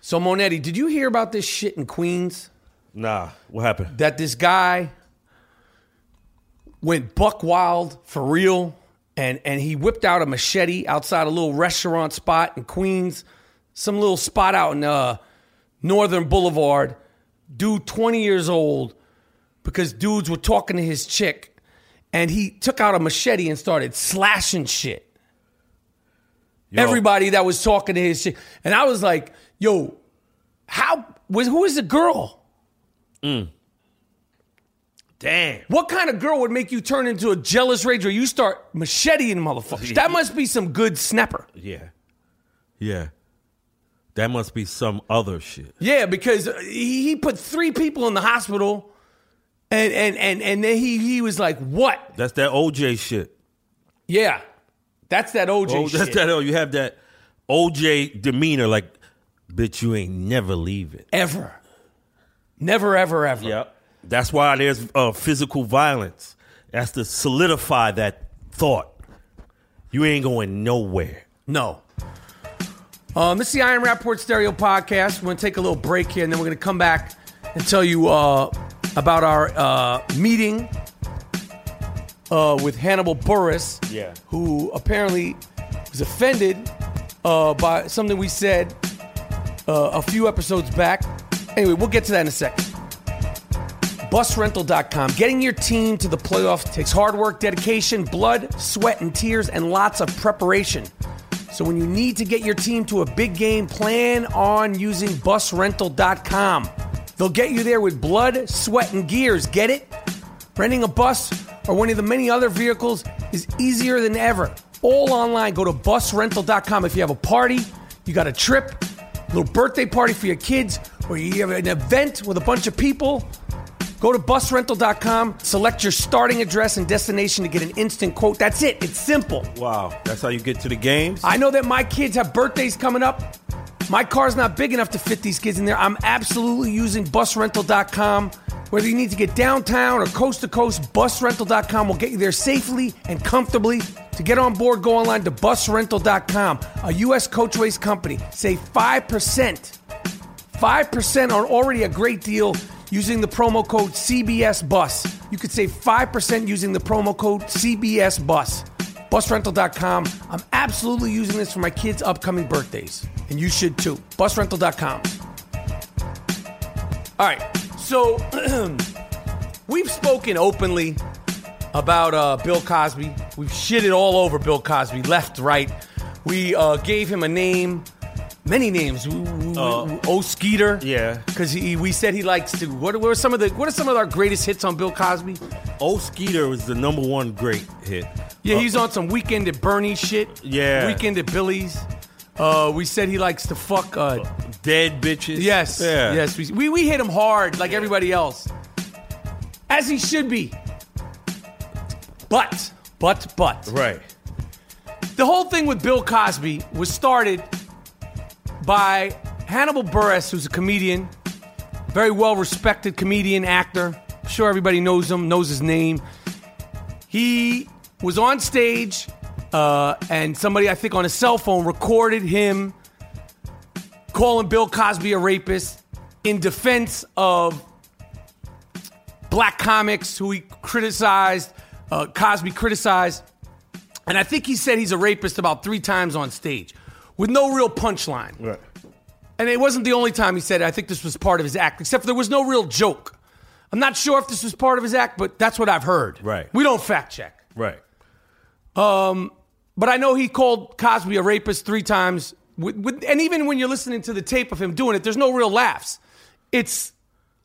[SPEAKER 1] So Monetti, did you hear about this shit in Queens
[SPEAKER 2] Nah, what happened?
[SPEAKER 1] that this guy went buck wild for real and and he whipped out a machete outside a little restaurant spot in Queens, some little spot out in uh Northern Boulevard. Dude 20 years old because dudes were talking to his chick and he took out a machete and started slashing shit
[SPEAKER 2] Yo,
[SPEAKER 1] everybody that was talking to his shit. And I was like, yo, how was who is the girl?
[SPEAKER 2] Damn.
[SPEAKER 1] What kind of girl would make you turn into a jealous rage where you start macheting motherfuckers? That must be some good snapper.
[SPEAKER 2] Yeah. Yeah. That must be some other shit.
[SPEAKER 1] Yeah, because uh, he he put three people in the hospital and and and and then he he was like, What?
[SPEAKER 2] That's that OJ shit.
[SPEAKER 1] Yeah. That's that OJ
[SPEAKER 2] Oh,
[SPEAKER 1] shit.
[SPEAKER 2] that's that. Oh, you have that. OJ demeanor, like, bitch, you ain't never leaving.
[SPEAKER 1] Ever. Never, ever, ever.
[SPEAKER 2] Yep. That's why there's uh, physical violence. That's to solidify that thought. You ain't going nowhere.
[SPEAKER 1] No. Um, this is the Iron Rapport Stereo Podcast. We're going to take a little break here, and then we're going to come back and tell you uh, about our uh, meeting uh, with Hannibal Burris,
[SPEAKER 2] Yeah.
[SPEAKER 1] who apparently was offended uh, by something we said uh, a few episodes back. Anyway, we'll get to that in a second. Busrental.com. Getting your team to the playoffs takes hard work, dedication, blood, sweat, and tears, and lots of preparation. So when you need to get your team to a big game, plan on using busrental.com. They'll get you there with blood, sweat, and gears. Get it? Renting a bus or one of the many other vehicles is easier than ever. All online. Go to busrental.com if you have a party, you got a trip, little birthday party for your kids, or you have an event with a bunch of people. Go to busrental.com, select your starting address and destination to get an instant quote. That's it. It's simple.
[SPEAKER 2] Wow. That's how you get to the games?
[SPEAKER 1] I know that my kids have birthdays coming up. My car's not big enough to fit these kids in there. I'm absolutely using busrental.com. Whether you need to get downtown or coast to coast, busrental.com will get you there safely and comfortably. To get on board, go online to busrental.com, a U.S. coachways company. Save 5%. 5% on already a great deal using the promo code CBS Bus. You could save 5% using the promo code CBS Bus. Busrental.com. I'm absolutely using this for my kids' upcoming birthdays, and you should too. Busrental.com. All right, so we've spoken openly about uh, Bill Cosby. We've shitted all over Bill Cosby, left, right. We uh, gave him a name, many names. We, we- we- oh, Skeeter.
[SPEAKER 2] Uh. Yeah.
[SPEAKER 1] Because he, we said he likes to. What, what are some of the? What are some of our greatest hits on Bill Cosby?
[SPEAKER 2] Old Skeeter was the number one great hit.
[SPEAKER 1] Yeah,
[SPEAKER 2] Uh,
[SPEAKER 1] he's on some weekend at Bernie shit.
[SPEAKER 2] Yeah.
[SPEAKER 1] Weekend at Billy's. Uh, we said he likes to fuck. Uh,
[SPEAKER 2] Dead bitches.
[SPEAKER 1] yes.
[SPEAKER 2] Yeah.
[SPEAKER 1] Yes. We, we we hit him hard like everybody else, as he should be. But but but
[SPEAKER 2] Right.
[SPEAKER 1] the whole thing with Bill Cosby was started by Hannibal Buress, who's a comedian, very well respected comedian, actor. I'm sure everybody knows him, knows his name. He was on stage, uh, and somebody, I think, on his cell phone recorded him calling Bill Cosby a rapist in defense of black comics who he criticized, uh, Cosby criticized. And I think he said he's a rapist about three times on stage with no real punchline.
[SPEAKER 2] Right.
[SPEAKER 1] And it wasn't the only time he said it. I think this was part of his act, except for there was no real joke. I'm not sure if this was part of his act, but that's what I've heard.
[SPEAKER 2] Right.
[SPEAKER 1] We don't fact check.
[SPEAKER 2] Right.
[SPEAKER 1] But I know he called Cosby a rapist three times. With, with, and even when you're listening to the tape of him doing it, there's no real laughs. It's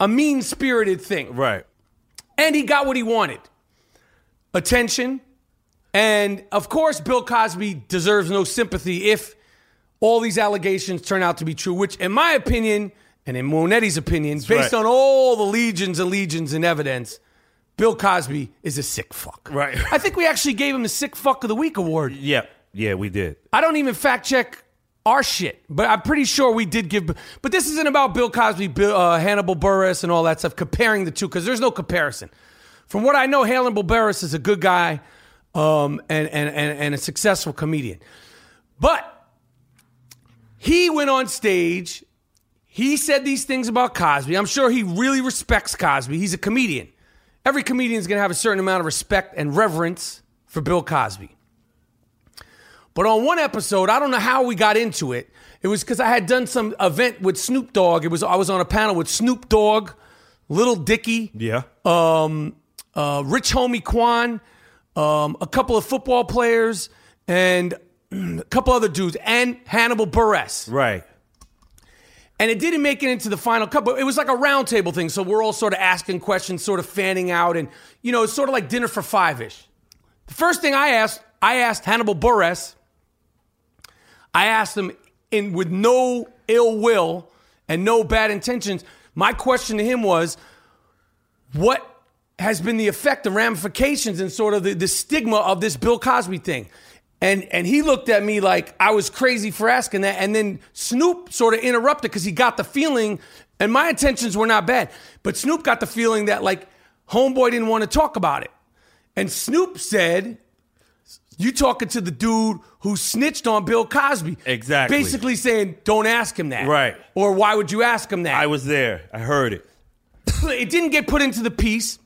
[SPEAKER 1] a mean spirited thing.
[SPEAKER 2] Right.
[SPEAKER 1] And he got what he wanted attention. And of course, Bill Cosby deserves no sympathy if all these allegations turn out to be true, which, in my opinion, and in Monetti's opinion, based
[SPEAKER 2] right.
[SPEAKER 1] on all the legions and legions in evidence, Bill Cosby is a sick fuck.
[SPEAKER 2] Right.
[SPEAKER 1] I think we actually gave him the Sick Fuck of the Week award.
[SPEAKER 2] Yeah. Yeah, we did.
[SPEAKER 1] I don't even fact check our shit, but I'm pretty sure we did give. But this isn't about Bill Cosby, Bill, uh, Hannibal Burris, and all that stuff. Comparing the two because there's no comparison. From what I know, Hannibal Burris is a good guy um, and, and and and a successful comedian, but he went on stage. He said these things about Cosby. I'm sure he really respects Cosby. He's a comedian. Every comedian is going to have a certain amount of respect and reverence for Bill Cosby. But on one episode, I don't know how we got into it. It was because I had done some event with Snoop Dogg. It was I was on a panel with Snoop Dogg, Little Dicky,
[SPEAKER 2] Yeah.
[SPEAKER 1] um, uh, Rich Homie Quan, um, a couple of football players, and a couple other dudes, and Hannibal Buress.
[SPEAKER 2] right.
[SPEAKER 1] And it didn't make it into the final cut, but it was like a roundtable thing. So we're all sort of asking questions, sort of fanning out, and you know, it's sort of like dinner for five ish. The first thing I asked, I asked Hannibal Buress. I asked him in with no ill will and no bad intentions. My question to him was, what has been the effect, the ramifications, and sort of the, the stigma of this Bill Cosby thing? And and he looked at me like I was crazy for asking that. And then Snoop sort of interrupted because he got the feeling, and my intentions were not bad, but Snoop got the feeling that like homeboy didn't want to talk about it. And Snoop said, You talking to the dude who snitched on Bill Cosby.
[SPEAKER 2] Exactly.
[SPEAKER 1] Basically saying, Don't ask him that.
[SPEAKER 2] Right.
[SPEAKER 1] Or why would you ask him that?
[SPEAKER 2] I was there. I heard it.
[SPEAKER 1] it didn't get put into the piece.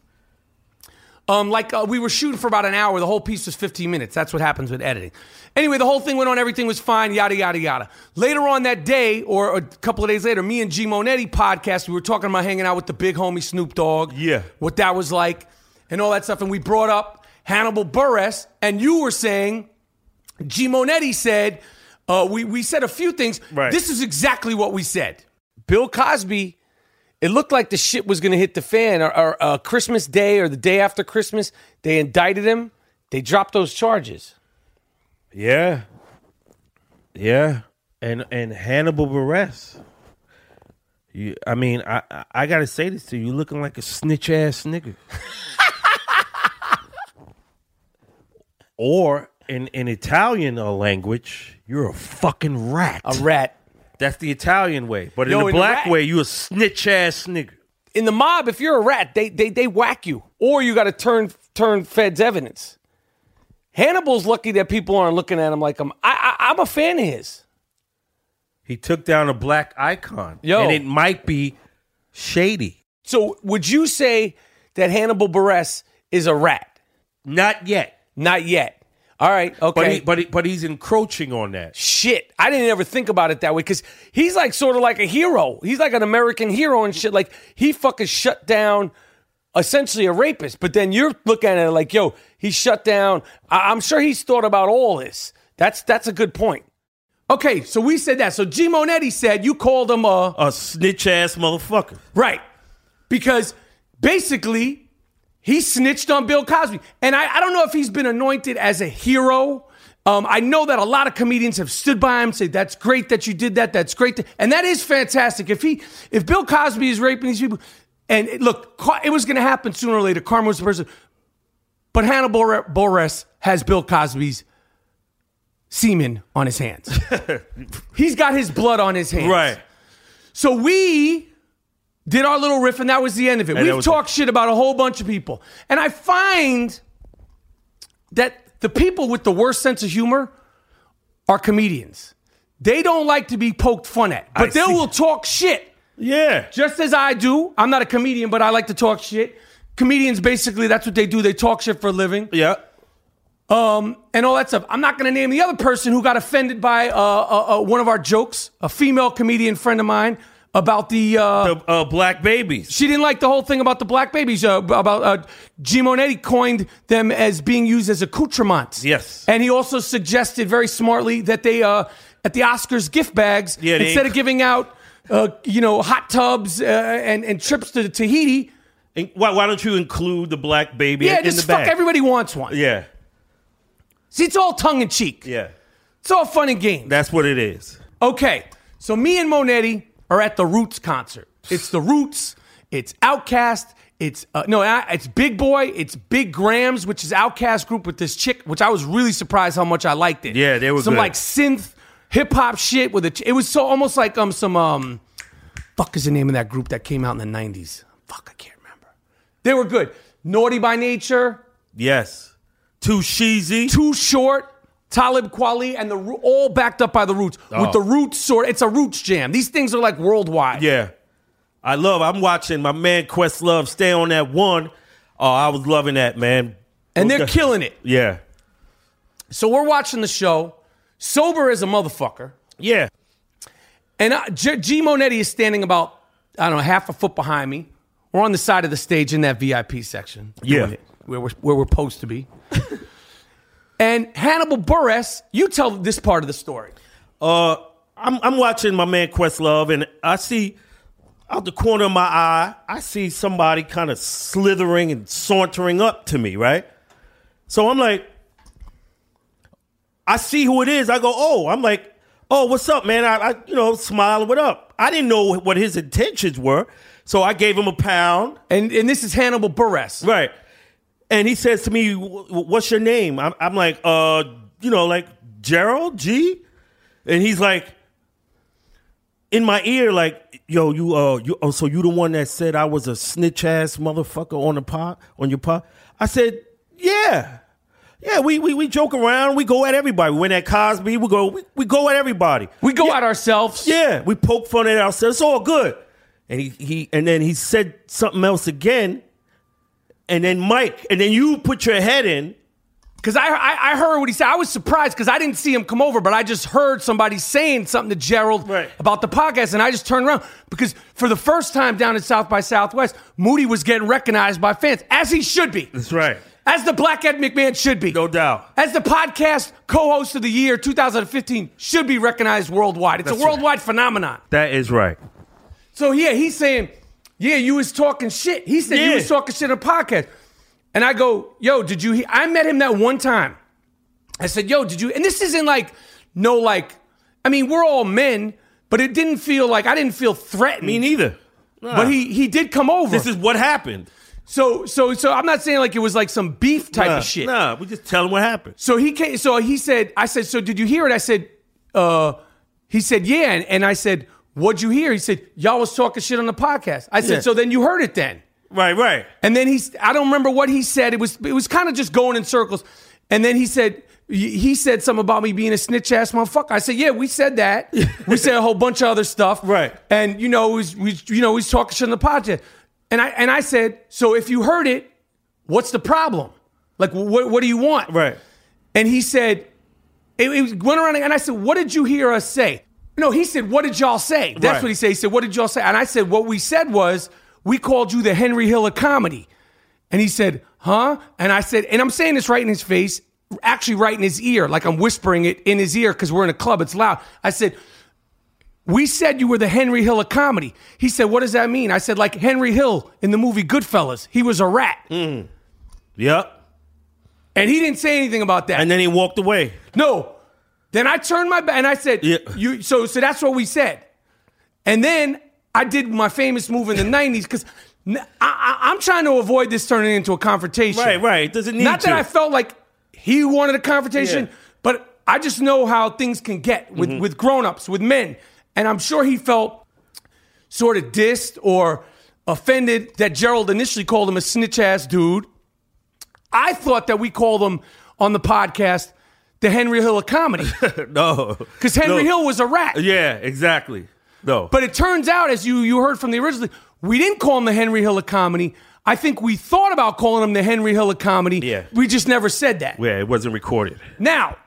[SPEAKER 1] Um, like uh, we were shooting for about an hour. The whole piece was 15 minutes. That's what happens with editing. Anyway, the whole thing went on. Everything was fine. Yada yada yada. Later on that day, or a couple of days later, me and G Monetti podcast. We were talking about hanging out with the big homie Snoop Dogg.
[SPEAKER 2] Yeah.
[SPEAKER 1] what that was like, and all that stuff. And we brought up Hannibal Buress, and you were saying G Monetti said uh, we we said a few things.
[SPEAKER 2] Right.
[SPEAKER 1] This is exactly what we said. Bill Cosby it looked like the shit was going to hit the fan or, or uh, Christmas Day or the day after Christmas. They indicted him. They dropped those charges.
[SPEAKER 2] Yeah. Yeah. And and Hannibal Buress. You, I mean, I I- I gotta say this to you. You looking like a snitch ass nigga. or in in Italian uh, language, you're a fucking rat.
[SPEAKER 1] A rat.
[SPEAKER 2] That's the Italian way. But in
[SPEAKER 1] Yo,
[SPEAKER 2] the
[SPEAKER 1] in the
[SPEAKER 2] black
[SPEAKER 1] rat-
[SPEAKER 2] way, you a snitch ass nigga.
[SPEAKER 1] In the mob, if you're a rat, they they they whack you, or you got to turn turn feds evidence. Hannibal's lucky that people aren't looking at him like I'm. I, I, I'm a fan of his.
[SPEAKER 2] He took down a black icon.
[SPEAKER 1] Yo.
[SPEAKER 2] And it might be shady.
[SPEAKER 1] So would you say that Hannibal Buress is a rat?
[SPEAKER 2] Not yet.
[SPEAKER 1] Not yet. All right. Okay.
[SPEAKER 2] But he, but he, but he's encroaching on that.
[SPEAKER 1] shit. I didn't ever think about it that way because he's like sort of like a hero. He's like an American hero and shit. Like he fucking shut down essentially a rapist. But then you're looking at it like, yo, he shut down. I- I'm sure he's thought about all this. That's that's a good point. Okay, so we said that. So G Monetti said you called him a
[SPEAKER 2] A snitch ass motherfucker.
[SPEAKER 1] right because basically he snitched on Bill Cosby. And I, I don't know if he's been anointed as a hero. Um, I know that a lot of comedians have stood by him, say that's great that you did that. That's great, that-" and that is fantastic. If he, if Bill Cosby is raping these people, and it- look, Car- it was going to happen sooner or later. Karma was the person, but Hannibal Re- Buress has Bill Cosby's semen on his hands. He's got his blood on his hands.
[SPEAKER 2] Right.
[SPEAKER 1] So we did our little riff, and that was the end of it.
[SPEAKER 2] And that
[SPEAKER 1] We've
[SPEAKER 2] was
[SPEAKER 1] talked shit about a whole bunch of people. And I find that the people with the worst sense of humor are comedians. They don't like to be poked fun at, but
[SPEAKER 2] I
[SPEAKER 1] they
[SPEAKER 2] see.
[SPEAKER 1] will talk shit
[SPEAKER 2] Yeah.
[SPEAKER 1] just as I do. I'm not a comedian, but I like to talk shit. Comedians basically, that's what they do. They talk shit for a living
[SPEAKER 2] Yeah.
[SPEAKER 1] um, and all that stuff. I'm not going to name the other person who got offended by uh, uh, uh, one of our jokes, a female comedian friend of mine, about the. Uh,
[SPEAKER 2] Uh, uh, black babies.
[SPEAKER 1] she didn't like the whole thing about the black babies. Uh, about uh, G Monetti coined them as being used as accoutrements.
[SPEAKER 2] Yes.
[SPEAKER 1] and he also suggested very smartly that they uh, at the Oscars gift bags
[SPEAKER 2] Yeah, they-
[SPEAKER 1] instead of giving out. Uh, you know, hot tubs uh, and and trips to Tahiti.
[SPEAKER 2] And why, why don't you include the black baby
[SPEAKER 1] Yeah,
[SPEAKER 2] in
[SPEAKER 1] just
[SPEAKER 2] the
[SPEAKER 1] fuck.
[SPEAKER 2] bag?
[SPEAKER 1] Everybody wants one.
[SPEAKER 2] Yeah.
[SPEAKER 1] See, it's all tongue in cheek.
[SPEAKER 2] Yeah.
[SPEAKER 1] It's all fun and games.
[SPEAKER 2] That's what it is.
[SPEAKER 1] Okay, so me and Monetti are at the Roots concert. It's the Roots. It's Outcast. It's uh, no, I- it's Big Boy. It's Big Grams, which is Outcast group with this chick, which I was really surprised how much I liked it.
[SPEAKER 2] Yeah, they were
[SPEAKER 1] some
[SPEAKER 2] good.
[SPEAKER 1] like synth hip hop shit with a. ch- It was so almost like um some um, fuck is the name of that group that came out in the nineties? Fuck, I can't remember. They were good. Naughty by Nature,
[SPEAKER 2] Yes. Too sheezy.
[SPEAKER 1] Too Short, Talib Kweli, and the Ro- all backed up by the Roots
[SPEAKER 2] Oh.
[SPEAKER 1] with the Roots sort. It's a Roots jam. These things are like worldwide.
[SPEAKER 2] Yeah. I love, I'm watching my man Questlove stay on that one. Oh, I was loving that, man.
[SPEAKER 1] and they're
[SPEAKER 2] Okay.
[SPEAKER 1] killing it.
[SPEAKER 2] Yeah.
[SPEAKER 1] So we're watching the show, sober as a motherfucker,
[SPEAKER 2] Yeah.
[SPEAKER 1] and I, G-, G Monetti is standing about I don't know half a foot behind me. We're on the side of the stage in that VIP section. doing
[SPEAKER 2] Yeah.
[SPEAKER 1] it, where we're where we're supposed to be. and Hannibal Buress, you tell this part of the story.
[SPEAKER 2] Uh, I'm I'm watching my man Questlove, and I see out the corner of my eye, I see somebody kind of slithering and sauntering up to me, right? So I'm like, I see who it is. I go, oh, I'm like, oh, what's up, man? I, I you know, smiling, what up? I didn't know what his intentions were, so I gave him a pound.
[SPEAKER 1] And and this is Hannibal Buress.
[SPEAKER 2] Right. And he says to me, "Wh- wh- "What's your name?" I'm, I'm like, "Uh, you know, like Gerald G, and he's like in my ear, like, yo, you, uh, you, oh, so you the one that said I was a snitch ass motherfucker on the pod, on your pod? I said, yeah, yeah. We we we joke around, we go at everybody. We went at Cosby, we go we, we go at everybody.
[SPEAKER 1] We go at ourselves.
[SPEAKER 2] Yeah, we poke fun at ourselves. It's all good. And he, he and then he said something else again. And then Mike, and then you put your head in.
[SPEAKER 1] Because I, I I heard what he said. I was surprised because I didn't see him come over, but I just heard somebody saying something to Gerald
[SPEAKER 2] Right.
[SPEAKER 1] about the podcast, and I just turned around because for the first time down at South by Southwest, Moody was getting recognized by fans as he should be.
[SPEAKER 2] That's right.
[SPEAKER 1] As the Black Ed McMahon should be.
[SPEAKER 2] No doubt.
[SPEAKER 1] As the podcast co host of the year 2015 should be recognized worldwide. It's
[SPEAKER 2] That's
[SPEAKER 1] a
[SPEAKER 2] right.
[SPEAKER 1] worldwide phenomenon.
[SPEAKER 2] That is right.
[SPEAKER 1] So yeah, he's saying, yeah, you was talking shit. He said you
[SPEAKER 2] Yeah.
[SPEAKER 1] was talking shit on a podcast. And I go, yo, did you? He-? I met him that one time. I said, yo, did you? And this isn't like no, like, I mean, we're all men, but it didn't feel like I didn't feel threatened.
[SPEAKER 2] Me neither.
[SPEAKER 1] But he he did come over.
[SPEAKER 2] This is what happened.
[SPEAKER 1] so so so. I'm not saying like it was like some beef type
[SPEAKER 2] nah,
[SPEAKER 1] of shit.
[SPEAKER 2] Nah, we just tell him what happened.
[SPEAKER 1] So he came, so he said, I said, so did you hear it? I said, uh, he said, yeah. And, and I said, what'd you hear? He said, y'all was talking shit on the podcast. I said,
[SPEAKER 2] Yeah.
[SPEAKER 1] so then you heard it then.
[SPEAKER 2] Right, right.
[SPEAKER 1] And then he's, I don't remember what he said. It was, it was kind of just going in circles. And then he said, he said something about me being a snitch ass motherfucker. I said, yeah, we said that. we said a whole bunch of other stuff.
[SPEAKER 2] Right.
[SPEAKER 1] And you know, he's, we, you know, he's talking shit on the podcast. And I, and I said, so if you heard it, what's the problem? Like, what, what do you want?
[SPEAKER 2] Right.
[SPEAKER 1] And he said, it, it went around and I said, What did you hear us say? No, he said, What did y'all say? That's
[SPEAKER 2] Right.
[SPEAKER 1] what he said. He said, What did y'all say? And I said, What we said was, we called you the Henry Hill of comedy. And he said, Huh? And I said, And I'm saying this right in his face, actually right in his ear, like I'm whispering it in his ear because we're in a club, it's loud. I said, we said you were the Henry Hill of comedy. He said, What does that mean? I said, Like Henry Hill in the movie Goodfellas. He was a rat.
[SPEAKER 2] Mm. Yep.
[SPEAKER 1] And he didn't say anything about that.
[SPEAKER 2] And then he walked away.
[SPEAKER 1] No. Then I turned my back and I said,
[SPEAKER 2] Yeah.
[SPEAKER 1] "You." So, so that's what we said. And then I did my famous move in the '90s because I, I, I'm trying to avoid this turning into a confrontation.
[SPEAKER 2] Right, right. It doesn't need
[SPEAKER 1] Not
[SPEAKER 2] to.
[SPEAKER 1] that I felt like he wanted a confrontation,
[SPEAKER 2] Yeah. Mm-hmm.
[SPEAKER 1] but I just know how things can get with with grown-ups, with men, and I'm sure he felt sort of dissed or offended that Gerald initially called him a snitch ass dude. I thought that we called him on the podcast the Henry Hill of comedy
[SPEAKER 2] no.
[SPEAKER 1] because Henry
[SPEAKER 2] No.
[SPEAKER 1] Hill was a rat.
[SPEAKER 2] Yeah, exactly. No.
[SPEAKER 1] But it turns out, as you you heard from the original, we didn't call him the Henry Hill of comedy. I think we thought about calling him the Henry Hill of comedy.
[SPEAKER 2] Yeah.
[SPEAKER 1] We just never said that.
[SPEAKER 2] yeah, it wasn't recorded.
[SPEAKER 1] Now,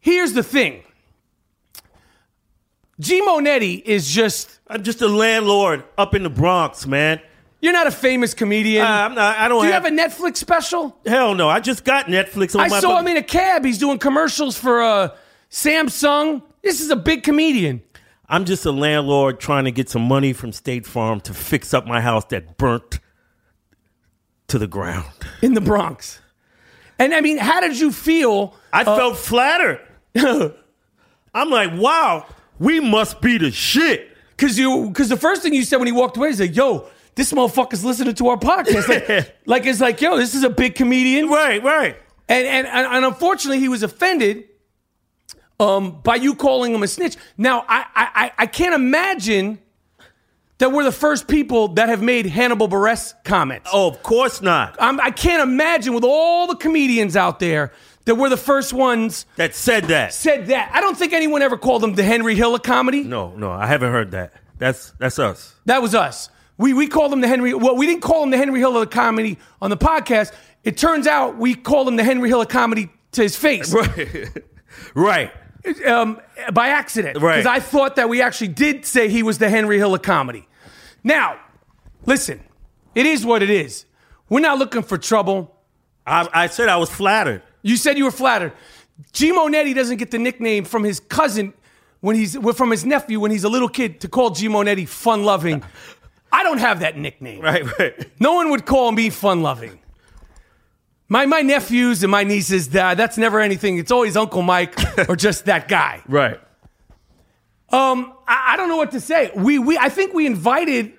[SPEAKER 1] here's the thing. G Monetti is just
[SPEAKER 2] I'm just a landlord up in the Bronx, man.
[SPEAKER 1] you're not a famous comedian.
[SPEAKER 2] Uh, I'm not, I don't
[SPEAKER 1] Do you
[SPEAKER 2] have,
[SPEAKER 1] have a Netflix special?
[SPEAKER 2] hell no. I just got Netflix on
[SPEAKER 1] I
[SPEAKER 2] my
[SPEAKER 1] saw
[SPEAKER 2] fucking-
[SPEAKER 1] him in a cab. He's doing commercials for uh, Samsung. This is a big comedian.
[SPEAKER 2] I'm just a landlord trying to get some money from State Farm to fix up my house that burnt to the ground.
[SPEAKER 1] in the Bronx. And I mean, how did you feel?
[SPEAKER 2] I felt flattered. I'm like, wow, we must be the shit.
[SPEAKER 1] Because you, because the first thing you said when he walked away is like, "Yo, this motherfucker's listening to our podcast." Like, like it's like, "Yo, this is a big comedian,"
[SPEAKER 2] Right, right.
[SPEAKER 1] and and and, and unfortunately, he was offended. Um, by you calling him a snitch. Now, I, I I- I can't imagine that we're the first people that have made Hannibal Buress comments.
[SPEAKER 2] Oh, of course not.
[SPEAKER 1] I'm, I can't imagine with all the comedians out there that we're the first ones
[SPEAKER 2] That said that.
[SPEAKER 1] said that. I don't think anyone ever called him the Henry Hill of comedy.
[SPEAKER 2] No, no, I haven't heard that. That's that's us.
[SPEAKER 1] That was us. We we called him the Henry. Well, we didn't call him the Henry Hill of the comedy on the podcast. It turns out we called him the Henry Hill of comedy to his face
[SPEAKER 2] Right. right.
[SPEAKER 1] um, by accident.
[SPEAKER 2] Right.
[SPEAKER 1] Because I thought that we actually did say he was the Henry Hill of comedy. Now, listen, it is what it is. We're not looking for trouble.
[SPEAKER 2] I, I said I was flattered.
[SPEAKER 1] You said you were flattered. G Monetti doesn't get the nickname from his cousin when he's well, from his nephew when he's a little kid to call G Monetti fun loving. I don't have that nickname.
[SPEAKER 2] Right, right.
[SPEAKER 1] No one would call me fun loving. My my nephews and my nieces, that, that's never anything. It's always Uncle Mike or just that guy.
[SPEAKER 2] Right.
[SPEAKER 1] Um, I, I don't know what to say. We we I think we invited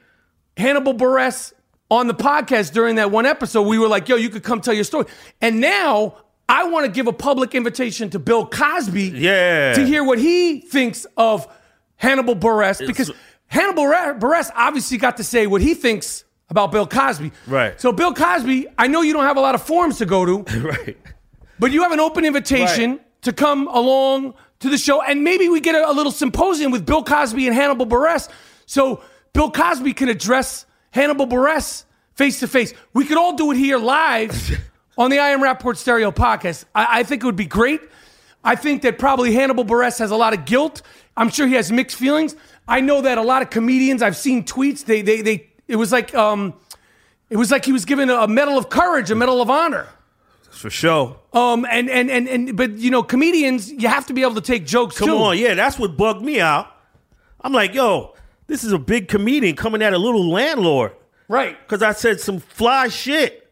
[SPEAKER 1] Hannibal Buress on the podcast during that one episode. We were like, "Yo, you could come tell your story." And now I want to give a public invitation to Bill Cosby
[SPEAKER 2] Yeah.
[SPEAKER 1] to hear what he thinks of Hannibal Buress because Hannibal Ra- Buress obviously got to say what he thinks about Bill Cosby.
[SPEAKER 2] Right.
[SPEAKER 1] So, Bill Cosby, I know you don't have a lot of forums to go to,
[SPEAKER 2] right.
[SPEAKER 1] but you have an open invitation to come along to the show, and maybe we get a, a little symposium with Bill Cosby and Hannibal Buress so Bill Cosby can address Hannibal Buress face to face. We could all do it here live on the I Am Rapport Stereo podcast. I, I think it would be great. I think that probably Hannibal Buress has a lot of guilt. I'm sure he has mixed feelings. I know that a lot of comedians, I've seen tweets, they, they, they, it was like, um, it was like he was given a- a medal of courage, a medal of honor.
[SPEAKER 2] For sure.
[SPEAKER 1] Um, and, and, and, and, but you know, comedians, you have to be able to take jokes
[SPEAKER 2] Come
[SPEAKER 1] too.
[SPEAKER 2] on, yeah, that's what bugged me out. I'm like, yo, this is a big comedian coming at a little landlord
[SPEAKER 1] Right.
[SPEAKER 2] because I said some fly shit,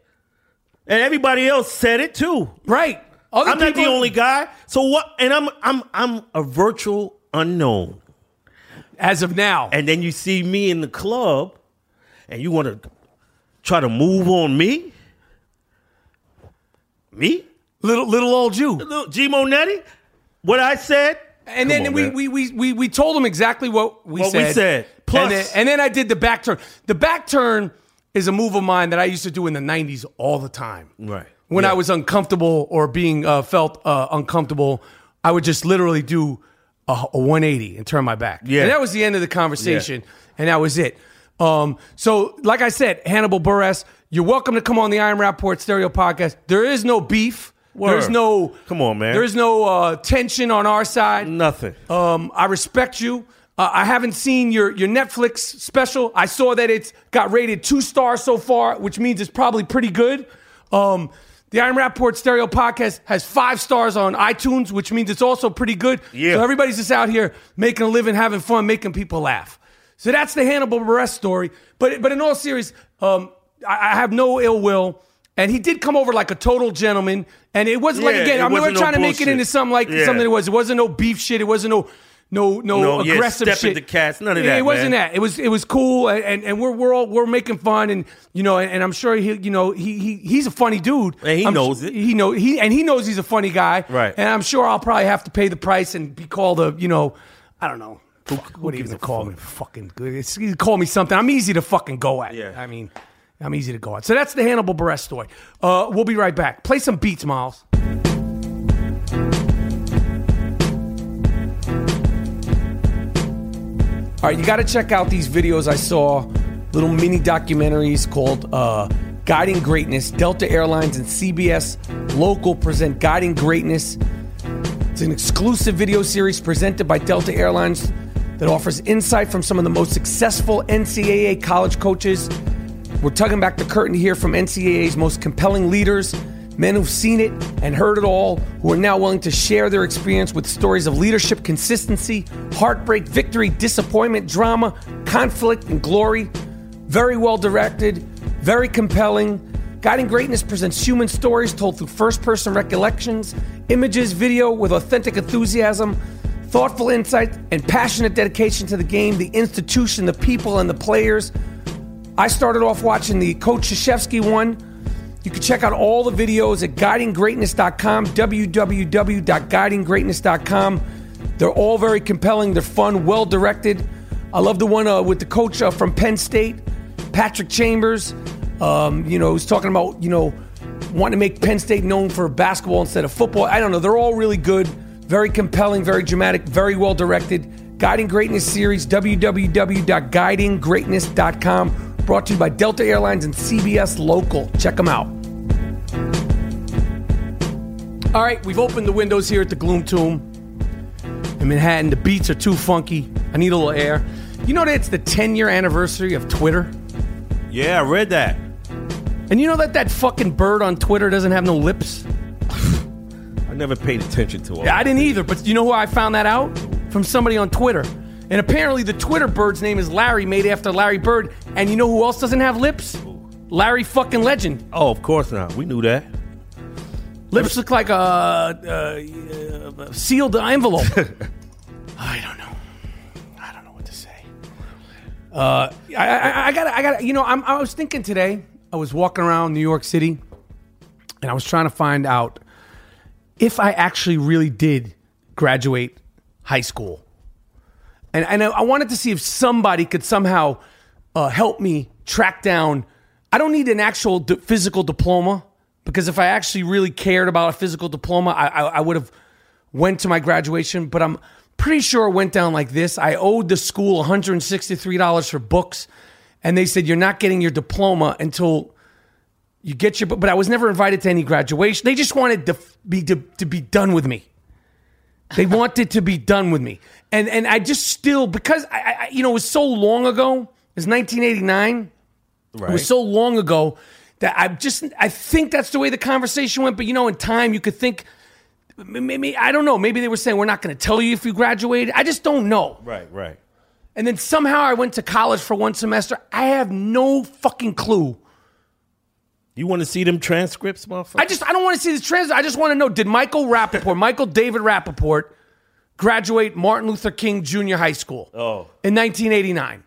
[SPEAKER 2] and everybody else said it too.
[SPEAKER 1] Right. Other
[SPEAKER 2] I'm not the
[SPEAKER 1] people-
[SPEAKER 2] only guy. So what? And I'm I'm I'm a virtual unknown.
[SPEAKER 1] As of now.
[SPEAKER 2] And then you see me in the club, and you want to try to move on me, me,
[SPEAKER 1] little, little old Jew.
[SPEAKER 2] Little G Monetti. What I said.
[SPEAKER 1] And
[SPEAKER 2] Come
[SPEAKER 1] then
[SPEAKER 2] on,
[SPEAKER 1] we,
[SPEAKER 2] man.
[SPEAKER 1] we, we, we, we told him exactly what we
[SPEAKER 2] What we
[SPEAKER 1] said.
[SPEAKER 2] said. Plus-
[SPEAKER 1] And then, and then I did the back turn. The back turn is a move of mine that I used to do in the 90s all the time.
[SPEAKER 2] Right.
[SPEAKER 1] When
[SPEAKER 2] Yeah.
[SPEAKER 1] I was uncomfortable or being uh, felt uh, uncomfortable, I would just literally do a, a 180 and turn my back.
[SPEAKER 2] Yeah.
[SPEAKER 1] And that was the end of the conversation. And that was it. Um, so, like I said, Hannibal Buress, you're welcome to come on the Iron Rapport Stereo Podcast. There is no beef. There's
[SPEAKER 2] Word.
[SPEAKER 1] no
[SPEAKER 2] Come on, man.
[SPEAKER 1] There's no uh, tension on our side.
[SPEAKER 2] Nothing.
[SPEAKER 1] Um, I respect you. Uh, I haven't seen your your Netflix special. I saw that it's got rated two stars so far, which means it's probably pretty good. Um, the Iron Rapport Stereo Podcast has five stars on iTunes, which means it's also pretty good.
[SPEAKER 2] Yeah.
[SPEAKER 1] So everybody's just out here making a living, having fun, making people laugh. So that's the Hannibal Buress story. But but in all serious, um, I, I have no ill will. And he did come over like a total gentleman. And it wasn't like
[SPEAKER 2] Yeah,
[SPEAKER 1] again,
[SPEAKER 2] it
[SPEAKER 1] I'm not
[SPEAKER 2] wasn't no
[SPEAKER 1] trying to make it
[SPEAKER 2] bullshit.
[SPEAKER 1] into something like
[SPEAKER 2] Yeah.
[SPEAKER 1] something that was. It wasn't no beef shit. It wasn't no no no,
[SPEAKER 2] No, yeah,
[SPEAKER 1] aggressive
[SPEAKER 2] step
[SPEAKER 1] shit.
[SPEAKER 2] into cats, none of
[SPEAKER 1] it,
[SPEAKER 2] that,
[SPEAKER 1] It wasn't
[SPEAKER 2] man.
[SPEAKER 1] that. It was it was cool, and and, and we're we're all, we're making fun, and you know, and, and I'm sure he you know he he he's a funny dude,
[SPEAKER 2] And he
[SPEAKER 1] I'm
[SPEAKER 2] knows
[SPEAKER 1] su-
[SPEAKER 2] it.
[SPEAKER 1] He know he and he knows he's a funny guy,
[SPEAKER 2] Right.
[SPEAKER 1] And I'm sure I'll probably have to pay the price and be called a you know, I don't know. Fuck, what are you gonna call me? Fucking good. It's, you call me something. I'm easy to fucking go at.
[SPEAKER 2] Yeah.
[SPEAKER 1] I mean, I'm easy to go at. So that's the Hannibal Buress story. Uh, we'll be right back. Play some beats, Miles. All right, you got to check out these videos I saw, little mini documentaries called uh, Guiding Greatness. Delta Airlines and CBS Local present Guiding Greatness. It's an exclusive video series presented by Delta Airlines that offers insight from some of the most successful NCAA college coaches. We're tugging back the curtain here from NCAA's most compelling leaders, men who've seen it and heard it all, who are now willing to share their experience with stories of leadership consistency, heartbreak, victory, disappointment, drama, conflict, and glory. Very well directed, very compelling. Guiding Greatness presents human stories told through first person recollections, images, video with authentic enthusiasm, thoughtful insight, and passionate dedication to the game, the institution, the people, and the players. I started off watching the Coach Shashevsky one. You can check out all the videos at guidinggreatness.com, www.guidinggreatness.com. They're all very compelling, they're fun, well directed. I love the one uh, with the coach uh, from Penn State, Patrick Chambers. Um, you know, he's talking about, you know, wanting to make Penn State known for basketball instead of football. I don't know. They're all really good, very compelling, very dramatic, very well directed. Guiding Greatness series, www.guidinggreatness.com, brought to you by Delta Airlines and CBS Local. Check them out. All right, we've opened the windows here at the Gloom Tomb in Manhattan. The beats are too funky. I need a little air. You know that it's the 10 year anniversary of Twitter?
[SPEAKER 2] yeah, I read that.
[SPEAKER 1] And you know that that fucking bird on Twitter doesn't have no lips?
[SPEAKER 2] I never paid attention to all.
[SPEAKER 1] Yeah, I
[SPEAKER 2] that.
[SPEAKER 1] didn't either, but you know who I found that out? From somebody on Twitter. And apparently the Twitter bird's name is Larry, made after Larry Bird. And you know who else doesn't have lips? Larry fucking Legend.
[SPEAKER 2] Oh, of course not. We knew that.
[SPEAKER 1] Lips look like a, uh uh sealed envelope. I don't know. I don't know what to say. Uh, I, I, I gotta, I gotta. You know, I'm, I was thinking today. I was walking around New York City, and I was trying to find out if I actually really did graduate high school. And, and I, I wanted to see if somebody could somehow uh, help me track down. I don't need an actual d- physical diploma because if I actually really cared about a physical diploma, I, I, I would have went to my graduation. But I'm pretty sure it went down like this. I owed the school $163 for books, and they said you're not getting your diploma until you get your. But but I was never invited to any graduation. They just wanted to f- be to, to be done with me. They wanted to be done with me, and and I just still because I, I I- you know it was so long ago. It was 1989. It
[SPEAKER 2] Right.
[SPEAKER 1] was so long ago that I just I think that's the way the conversation went. But you know, in time, you could think maybe I don't know. Maybe they were saying we're not going to tell you if you graduated. I just don't know.
[SPEAKER 2] Right, right.
[SPEAKER 1] And then somehow I went to college for one semester. I have no fucking clue.
[SPEAKER 2] You want to see them transcripts, motherfucker?
[SPEAKER 1] I just I don't want to see this transcript. I just want to know: Did Michael Rappaport, Michael David Rappaport, graduate Martin Luther King Junior High School
[SPEAKER 2] Oh.
[SPEAKER 1] in 1989?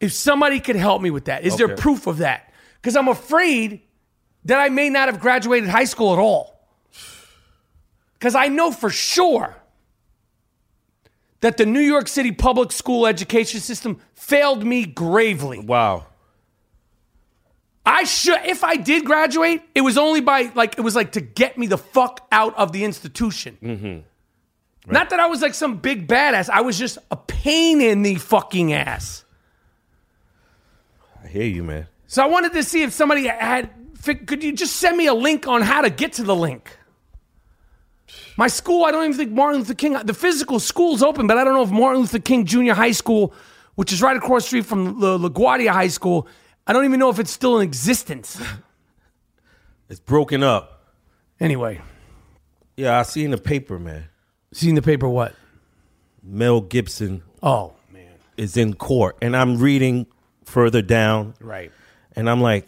[SPEAKER 1] If somebody could help me with that, is there
[SPEAKER 2] Okay.
[SPEAKER 1] proof of that? Because I'm afraid that I may not have graduated high school at all. Because I know for sure that the New York City public school education system failed me gravely.
[SPEAKER 2] wow.
[SPEAKER 1] I should if I did graduate, it was only by like it was like to get me the fuck out of the institution. Not that I was like some big badass. I was just a pain in the fucking ass.
[SPEAKER 2] I hear you, man.
[SPEAKER 1] So I wanted to see if somebody had. fi- Could you just send me a link on how to get to the link? My school, I don't even think Martin Luther King. The physical school's open, but I don't know if Martin Luther King Junior High School, which is right across the street from La- LaGuardia High School, I don't even know if it's still in existence.
[SPEAKER 2] It's broken up.
[SPEAKER 1] Anyway,
[SPEAKER 2] Yeah, I see in the paper, man.
[SPEAKER 1] seen the paper what?
[SPEAKER 2] Mel Gibson
[SPEAKER 1] Oh man,
[SPEAKER 2] is in court, and I'm reading further down,
[SPEAKER 1] right.
[SPEAKER 2] and I'm like,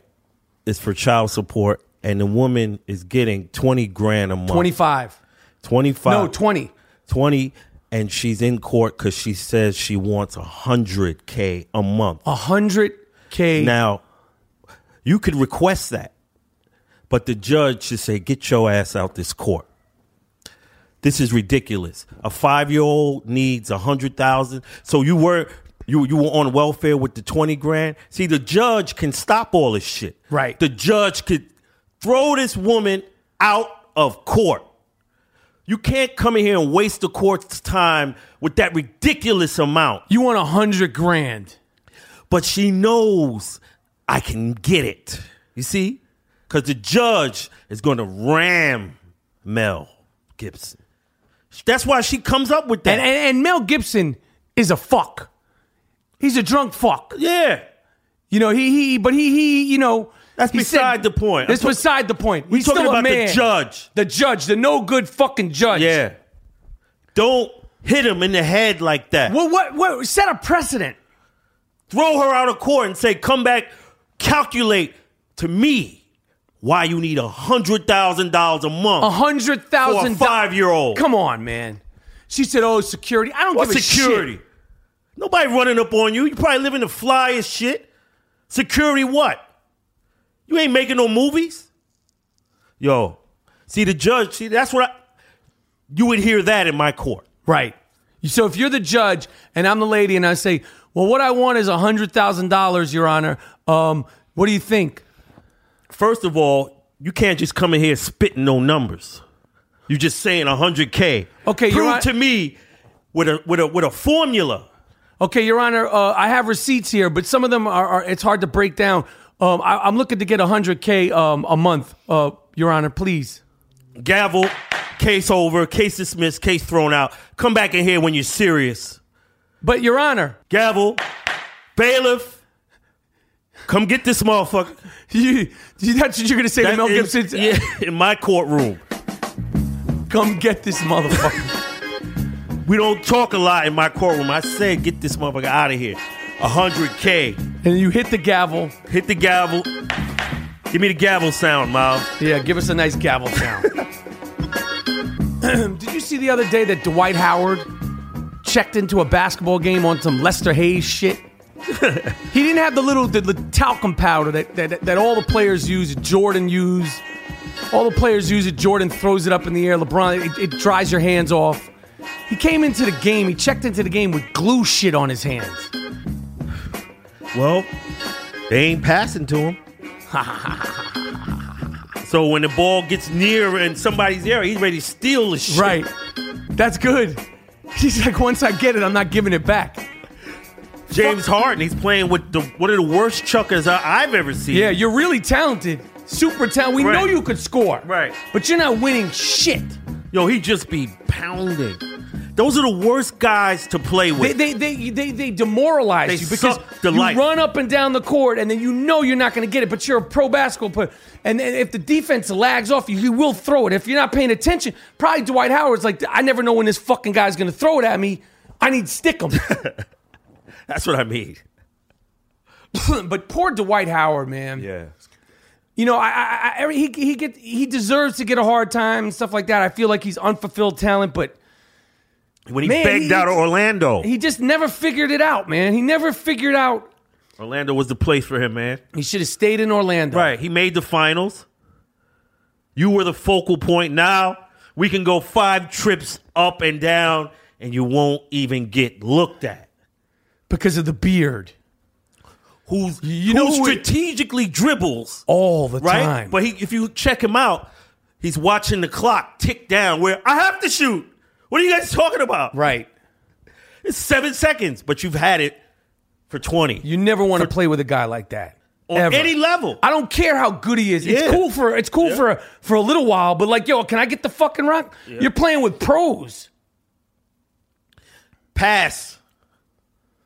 [SPEAKER 2] it's for child support, and the woman is getting twenty grand a month.
[SPEAKER 1] Twenty five.
[SPEAKER 2] 25
[SPEAKER 1] No, twenty.
[SPEAKER 2] 20 and she's in court because she says she wants 100k a month
[SPEAKER 1] A hundred k.
[SPEAKER 2] now you could request that but the judge should say get your ass out this court this is ridiculous a five-year-old needs 100000 so you were you, you were on welfare with the 20 grand see the judge can stop all this shit
[SPEAKER 1] Right.
[SPEAKER 2] the judge could throw this woman out of court you can't come in here and waste the court's time with that ridiculous amount
[SPEAKER 1] You want a hundred grand?
[SPEAKER 2] but she knows I can get it. You see? Because the judge is going to ram Mel Gibson. That's why she comes up with that.
[SPEAKER 1] And, and and Mel Gibson is a fuck. He's a drunk fuck.
[SPEAKER 2] yeah.
[SPEAKER 1] You know he he. But he he. You know
[SPEAKER 2] That's
[SPEAKER 1] he
[SPEAKER 2] beside the point.
[SPEAKER 1] That's
[SPEAKER 2] I'm talk-
[SPEAKER 1] beside the point.
[SPEAKER 2] We're
[SPEAKER 1] He's
[SPEAKER 2] talking
[SPEAKER 1] still a
[SPEAKER 2] about
[SPEAKER 1] man.
[SPEAKER 2] the judge.
[SPEAKER 1] The judge. The no good fucking judge.
[SPEAKER 2] Yeah. Don't hit him in the head like that.
[SPEAKER 1] Well, what what set a precedent?
[SPEAKER 2] Throw her out of court and say, come back, calculate to me why you need a $100,000 a month.
[SPEAKER 1] A hundred thousand.
[SPEAKER 2] For a five-year-old.
[SPEAKER 1] Come on, man. She said, "Oh, security." I don't
[SPEAKER 2] What
[SPEAKER 1] give a
[SPEAKER 2] security?
[SPEAKER 1] shit.
[SPEAKER 2] Nobody running up on you. You probably living the flyest shit. Security what? You ain't making no movies. Yo, see the judge. See that's what I. You would hear that in my court.
[SPEAKER 1] Right. So if you're the judge and I'm the lady and I say, well, what I want is $100,000, Your Honor, um, what do you think?
[SPEAKER 2] First of all, you can't just come in here spitting no numbers. You just saying hundred k.
[SPEAKER 1] Okay, you're
[SPEAKER 2] prove
[SPEAKER 1] right.
[SPEAKER 2] to me with a with a with a formula.
[SPEAKER 1] Okay, Your Honor, uh, I have receipts here, but some of them are, are it's hard to break down. Um, I, I'm looking to get 100K um, a month, uh, Your Honor, please.
[SPEAKER 2] Gavel, case over, case dismissed, case thrown out. Come back in here when you're serious.
[SPEAKER 1] But, Your Honor,
[SPEAKER 2] gavel, bailiff, come get this motherfucker.
[SPEAKER 1] you, you- that's what you're going to say to Mel
[SPEAKER 2] That is-
[SPEAKER 1] Gibson?
[SPEAKER 2] yeah, in my courtroom.
[SPEAKER 1] Come get this motherfucker.
[SPEAKER 2] We don't talk a lot in my courtroom. I said, get this motherfucker out of here. 100K.
[SPEAKER 1] and you hit the gavel.
[SPEAKER 2] Hit the gavel. Give me the gavel sound, Miles.
[SPEAKER 1] Yeah, give us a nice gavel sound. Did you see the other day that Dwight Howard checked into a basketball game on some Lester Hayes shit? he didn't have the little the, the talcum powder that, that that all the players use, Jordan used. All the players use it. Jordan throws it up in the air. LeBron, it, it dries your hands off. He came into the game. He checked into the game with glue shit on his hands.
[SPEAKER 2] Well, they ain't passing to him. so when the ball gets near and somebody's there, he's ready to steal the shit.
[SPEAKER 1] Right. That's good. He's like, once I get it, I'm not giving it back.
[SPEAKER 2] James Harden, he's playing with the one of the worst chuckers I, I've ever seen.
[SPEAKER 1] Yeah, you're really talented. Super talented. We
[SPEAKER 2] Right.
[SPEAKER 1] know you could score.
[SPEAKER 2] Right.
[SPEAKER 1] But you're not winning shit.
[SPEAKER 2] Yo, he just be pounding. Those are the worst guys to play
[SPEAKER 1] They
[SPEAKER 2] with.
[SPEAKER 1] they they they, they demoralize
[SPEAKER 2] They
[SPEAKER 1] you because
[SPEAKER 2] suck the
[SPEAKER 1] you
[SPEAKER 2] life.
[SPEAKER 1] run up and down the court and then you know you're not going to get it, but you're a pro basketball player. And, and if the defense lags off you, he will throw it. If you're not paying attention, probably Dwight Howard's like, I never know when this fucking guy's going to throw it at me. I need to stick him.
[SPEAKER 2] That's what I mean.
[SPEAKER 1] but poor Dwight Howard, man.
[SPEAKER 2] Yeah.
[SPEAKER 1] You know, I, I, I every, he he get he deserves to get a hard time and stuff like that. I feel like he's unfulfilled talent, but
[SPEAKER 2] When he
[SPEAKER 1] Man,
[SPEAKER 2] begged
[SPEAKER 1] he-
[SPEAKER 2] out of Orlando,
[SPEAKER 1] he just never figured it out, man. He never figured out.
[SPEAKER 2] Orlando was the place for him, man.
[SPEAKER 1] He should have stayed in Orlando.
[SPEAKER 2] Right. He made the finals. You were the focal point. Now we can go five trips up and down, and you won't even get looked at.
[SPEAKER 1] because of the beard
[SPEAKER 2] Who's
[SPEAKER 1] You
[SPEAKER 2] you
[SPEAKER 1] know
[SPEAKER 2] know who
[SPEAKER 1] who it-
[SPEAKER 2] strategically dribbles,
[SPEAKER 1] all the
[SPEAKER 2] right?
[SPEAKER 1] time.
[SPEAKER 2] But he, if you check him out, he's watching the clock tick down. Where I have to shoot. What are you guys talking about?
[SPEAKER 1] right,
[SPEAKER 2] It's seven seconds, but you've had it for twenty
[SPEAKER 1] you never want to play with a guy like that
[SPEAKER 2] on
[SPEAKER 1] ever.
[SPEAKER 2] any level.
[SPEAKER 1] I don't care how good he is. It's
[SPEAKER 2] Yeah.
[SPEAKER 1] cool for it's cool for a, for a little while, but like, yo, can I get the fucking rock? You're playing with pros.
[SPEAKER 2] Pass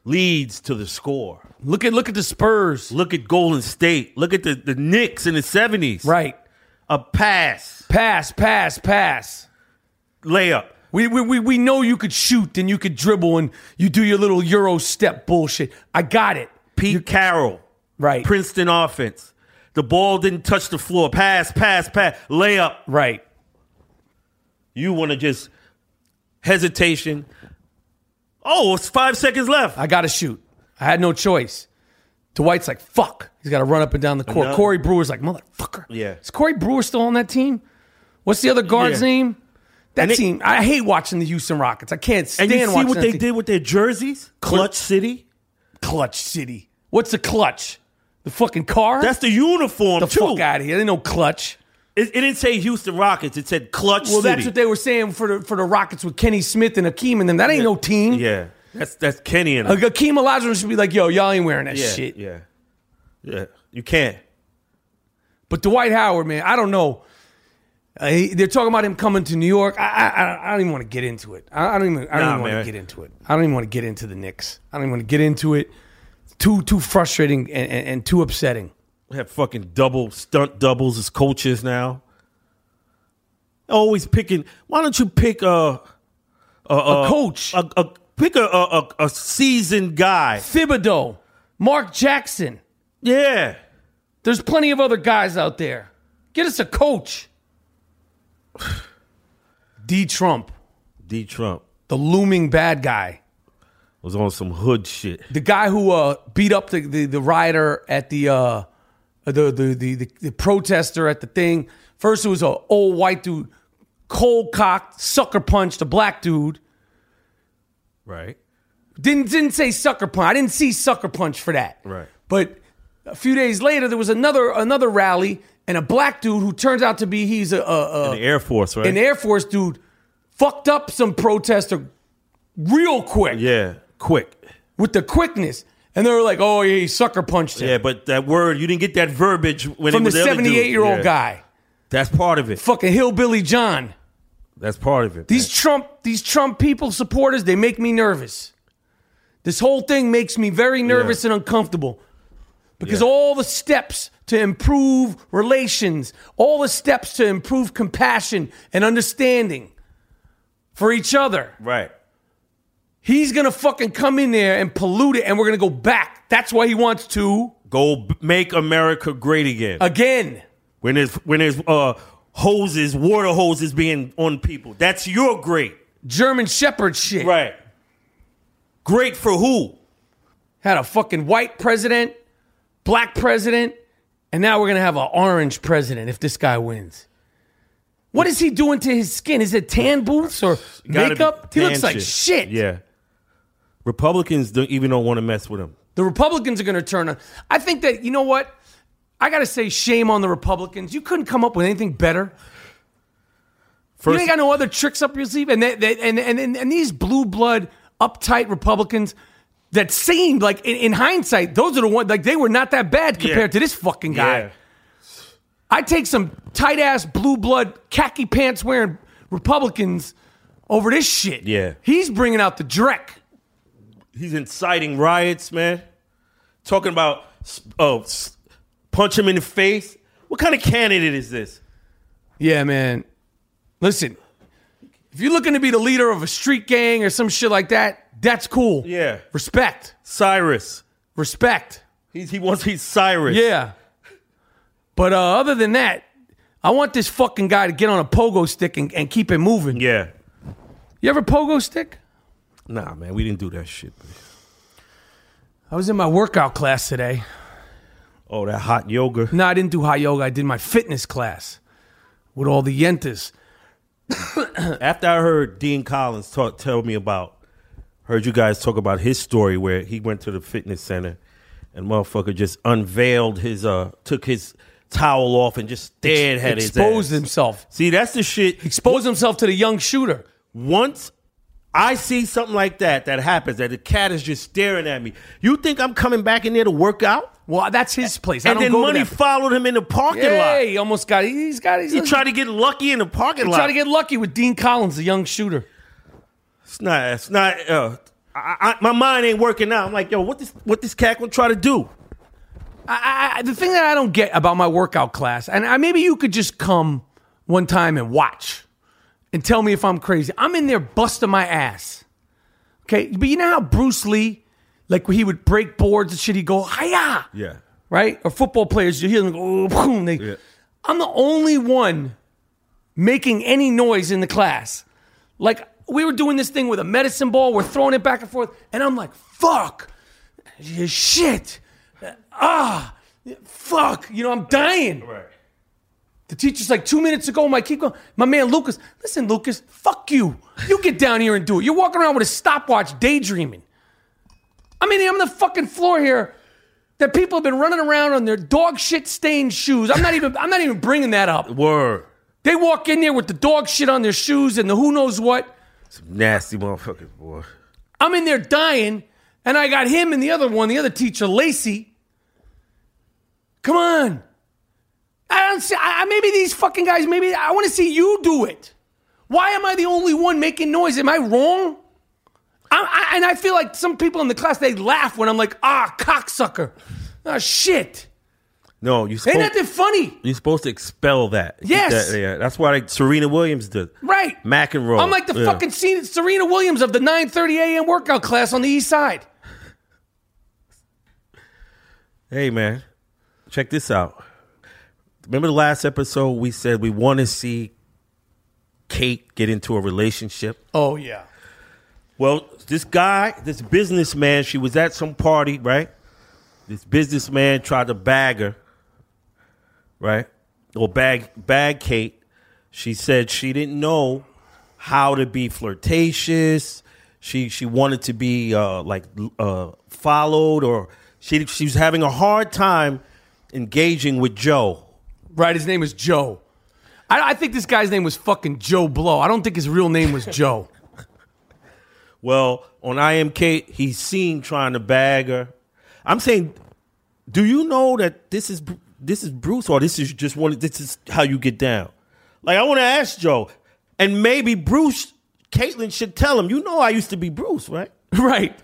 [SPEAKER 2] leads to the score.
[SPEAKER 1] Look at look at the Spurs.
[SPEAKER 2] Look at Golden State. Look at the, the Knicks in the 70s.
[SPEAKER 1] Right,
[SPEAKER 2] A pass,
[SPEAKER 1] pass, pass, pass.
[SPEAKER 2] layup.
[SPEAKER 1] We, we, we, we know you could shoot and you could dribble and you do your little Euro step bullshit. I got it.
[SPEAKER 2] Pete Carroll,
[SPEAKER 1] Right.
[SPEAKER 2] Princeton offense. The ball didn't touch the floor. Pass, pass, pass, layup.
[SPEAKER 1] Right.
[SPEAKER 2] You want to just hesitation. Oh, it's five seconds left.
[SPEAKER 1] I got to shoot. I had no choice. Dwight's like, fuck. He's got to run up and down the court.
[SPEAKER 2] Another-
[SPEAKER 1] Corey Brewer's like, motherfucker.
[SPEAKER 2] Yeah.
[SPEAKER 1] Is Corey Brewer still on that team? What's the other guard's
[SPEAKER 2] Yeah.
[SPEAKER 1] name? That
[SPEAKER 2] And it-
[SPEAKER 1] team. I hate watching the Houston Rockets. I can't
[SPEAKER 2] and
[SPEAKER 1] stand
[SPEAKER 2] you see
[SPEAKER 1] watching
[SPEAKER 2] what
[SPEAKER 1] that
[SPEAKER 2] they
[SPEAKER 1] team.
[SPEAKER 2] did with their jerseys? Clutch City.
[SPEAKER 1] Clutch City. What's the clutch? The fucking car?
[SPEAKER 2] That's the uniform,
[SPEAKER 1] the
[SPEAKER 2] too.
[SPEAKER 1] fuck out of here. They know clutch.
[SPEAKER 2] It, it didn't say Houston Rockets. It said Clutch
[SPEAKER 1] Well,
[SPEAKER 2] City.
[SPEAKER 1] that's what they were saying for the for the Rockets with Kenny Smith and Akeem and them. That ain't no team.
[SPEAKER 2] Yeah. That's, that's Kenny and
[SPEAKER 1] Like Akeem Olajuwon should be like, yo, y'all ain't wearing that
[SPEAKER 2] yeah,
[SPEAKER 1] shit.
[SPEAKER 2] Yeah. Yeah. You can't.
[SPEAKER 1] But Dwight Howard, man, I don't know. Uh, he- they're talking about him coming to New York. I I, I, I don't even want to get into it. I, I don't even. I don't
[SPEAKER 2] Nah,
[SPEAKER 1] even want
[SPEAKER 2] man.
[SPEAKER 1] to get into it. I don't even want to get into the Knicks. I don't even want to get into it. It's too too frustrating and, and, and too upsetting.
[SPEAKER 2] We have fucking double stunt doubles as coaches now. Always picking. Why don't you pick a
[SPEAKER 1] a coach,
[SPEAKER 2] a, a pick a, a a- a seasoned guy?
[SPEAKER 1] Thibodeau, Mark Jackson.
[SPEAKER 2] Yeah.
[SPEAKER 1] There's plenty of other guys out there. Get us a coach. D. Trump,
[SPEAKER 2] D. Trump
[SPEAKER 1] the looming bad guy.
[SPEAKER 2] was on some hood shit.
[SPEAKER 1] the guy who uh, beat up the, the, the rioter at the, uh, the, the, the, the the protester at the thing. First, it was an old white dude, cold cocked, sucker punched a black dude.
[SPEAKER 2] Right.
[SPEAKER 1] Didn't didn't say sucker punch. I didn't see sucker punch for that.
[SPEAKER 2] Right.
[SPEAKER 1] But a few days later, there was another another rally, and a black dude who turns out to be he's a, a, a
[SPEAKER 2] The Air Force, right?
[SPEAKER 1] an Air Force dude fucked up some protester real quick
[SPEAKER 2] yeah. Quick.
[SPEAKER 1] with the quickness, and they were like, "Oh, yeah, he sucker punched him."
[SPEAKER 2] Yeah, but that word you didn't get that verbiage when
[SPEAKER 1] from
[SPEAKER 2] it
[SPEAKER 1] the
[SPEAKER 2] was other dude.
[SPEAKER 1] 78 year old
[SPEAKER 2] Yeah.
[SPEAKER 1] guy,
[SPEAKER 2] That's part of it.
[SPEAKER 1] fucking hillbilly John.
[SPEAKER 2] That's part of it.
[SPEAKER 1] These Trump, these Trump people supporters, they make me nervous. This whole thing makes me very nervous and uncomfortable because
[SPEAKER 2] Yeah.
[SPEAKER 1] all the steps to improve relations, all the steps to improve compassion and understanding for each other,
[SPEAKER 2] man. right.
[SPEAKER 1] he's gonna fucking come in there and pollute it, and we're gonna go back. That's why he wants to
[SPEAKER 2] Go b- make America great again.
[SPEAKER 1] Uh, again.
[SPEAKER 2] when there's when there's uh hoses, water hoses being on people. That's your great.
[SPEAKER 1] German Shepherd shit.
[SPEAKER 2] Right. Great for who?
[SPEAKER 1] had a fucking white president, black president, and now we're gonna have an orange president if this guy wins. What is he doing to his skin? Is it tan booths or
[SPEAKER 2] Gotta be
[SPEAKER 1] makeup? He looks
[SPEAKER 2] tan
[SPEAKER 1] like shit.
[SPEAKER 2] Yeah. Republicans don't even don't want to mess with him.
[SPEAKER 1] The Republicans are going to turn on. I think that you know what? I got to say, shame on the Republicans. You couldn't come up with anything better. you
[SPEAKER 2] First,
[SPEAKER 1] ain't got no other tricks up your sleeve. And they, they, and, and and and these blue blood, uptight Republicans that seemed like in, in hindsight, those are the ones like they were not that bad compared to this fucking guy.
[SPEAKER 2] yeah.
[SPEAKER 1] I take some tight ass blue blood khaki pants wearing Republicans over this shit.
[SPEAKER 2] Yeah.
[SPEAKER 1] he's bringing out the dreck.
[SPEAKER 2] He's inciting riots, man. Talking about oh, s- punch him in the face. What kind of candidate is this?
[SPEAKER 1] Yeah, man. Listen, if you're looking to be the leader of a street gang or some shit like that, that's cool.
[SPEAKER 2] Yeah.
[SPEAKER 1] Respect.
[SPEAKER 2] Cyrus.
[SPEAKER 1] Respect.
[SPEAKER 2] He's, he wants he's Cyrus.
[SPEAKER 1] Yeah. But uh, other than that, I want this fucking guy to get on a pogo stick and, and keep it moving.
[SPEAKER 2] Yeah.
[SPEAKER 1] You ever pogo stick?
[SPEAKER 2] Nah, man, we didn't do that shit. man.
[SPEAKER 1] I was in my workout class today.
[SPEAKER 2] Oh, that hot yoga.
[SPEAKER 1] No, I didn't do hot yoga. I did my fitness class with all the yentas.
[SPEAKER 2] After I heard Dean Collins talk, tell me about, heard you guys talk about his story where he went to the fitness center and motherfucker just unveiled his, uh, took his towel off and just stared at his
[SPEAKER 1] Exposed
[SPEAKER 2] ass.
[SPEAKER 1] himself.
[SPEAKER 2] See, that's the shit.
[SPEAKER 1] Exposed himself to the young shooter.
[SPEAKER 2] Once I see something like that that happens, that the cat is just staring at me, you think I'm coming back in there to work out?
[SPEAKER 1] Well, that's his place. I
[SPEAKER 2] And
[SPEAKER 1] don't
[SPEAKER 2] then
[SPEAKER 1] go to
[SPEAKER 2] money
[SPEAKER 1] that-
[SPEAKER 2] followed him in the parking
[SPEAKER 1] Yeah,
[SPEAKER 2] lot.
[SPEAKER 1] he almost got. He's got. He's
[SPEAKER 2] He tried to get lucky in the parking
[SPEAKER 1] He
[SPEAKER 2] lot.
[SPEAKER 1] tried to get lucky with Dean Collins, the young shooter.
[SPEAKER 2] It's not. It's not. Uh, I, I, my mind ain't working out. I'm like, yo, what this? What this cat gonna try to do?
[SPEAKER 1] I, I, I- the thing that I don't get about my workout class, and I, maybe you could just come one time and watch and tell me if I'm crazy. I'm in there busting my ass. Okay, but you know how Bruce Lee, like when he would break boards and shit, he'd go hiya,
[SPEAKER 2] Yeah.
[SPEAKER 1] right? Or football players, you hear them go boom. They, I'm the only one making any noise in the class. Like we were doing this thing with a medicine ball, we're throwing it back and forth, and I'm like, fuck, shit, ah, fuck, you know, I'm dying.
[SPEAKER 2] Right.
[SPEAKER 1] The teacher's like two minutes ago, my keep going. My man Lucas, listen, Lucas, fuck you. You get down here and do it. You're walking around with a stopwatch, daydreaming. I mean, I'm on the fucking floor here. That people have been running around on their dog shit stained shoes. I'm not even. I'm not even bringing that up.
[SPEAKER 2] Word.
[SPEAKER 1] They walk in there with the dog shit on their shoes and the who knows what.
[SPEAKER 2] Some nasty motherfucker, boy.
[SPEAKER 1] I'm in there dying, and I got him and the other one, the other teacher, Lacey. Come on. I don't see, I, I- maybe these fucking guys, maybe I want to see you do it. Why am I the only one making noise? Am I wrong? I, I, and I feel like some people in the class, they laugh when I'm like, ah, cocksucker. Ah, shit.
[SPEAKER 2] No, you
[SPEAKER 1] Ain't
[SPEAKER 2] supposed,
[SPEAKER 1] nothing funny.
[SPEAKER 2] you're supposed to expel that. Keep
[SPEAKER 1] Yes.
[SPEAKER 2] that- yeah, that's why like, Serena Williams did.
[SPEAKER 1] Right.
[SPEAKER 2] McEnroe.
[SPEAKER 1] I'm like the
[SPEAKER 2] Yeah.
[SPEAKER 1] fucking Sen- Serena Williams of the 9:30 a.m. workout class on the East Side.
[SPEAKER 2] Hey man, check this out. Remember the last episode we said we want to see Kate get into a relationship.
[SPEAKER 1] Oh yeah.
[SPEAKER 2] Well, this guy, this businessman, she was at some party, right? This businessman tried to bag her, right? Or bag bag Kate. She said she didn't know how to be flirtatious. She she wanted to be uh, like uh, followed, or she she was having a hard time engaging with Joe.
[SPEAKER 1] Right, his name is Joe. I, I think this guy's name was fucking Joe Blow. I don't think his real name was Joe.
[SPEAKER 2] Well, on IMK, he's seen trying to bag her. I'm saying, do you know that this is this is Bruce or this is just one? This is how you get down. Like I want to ask Joe, and maybe Bruce, Caitlin should tell him. You know, I used to be Bruce, right?
[SPEAKER 1] right.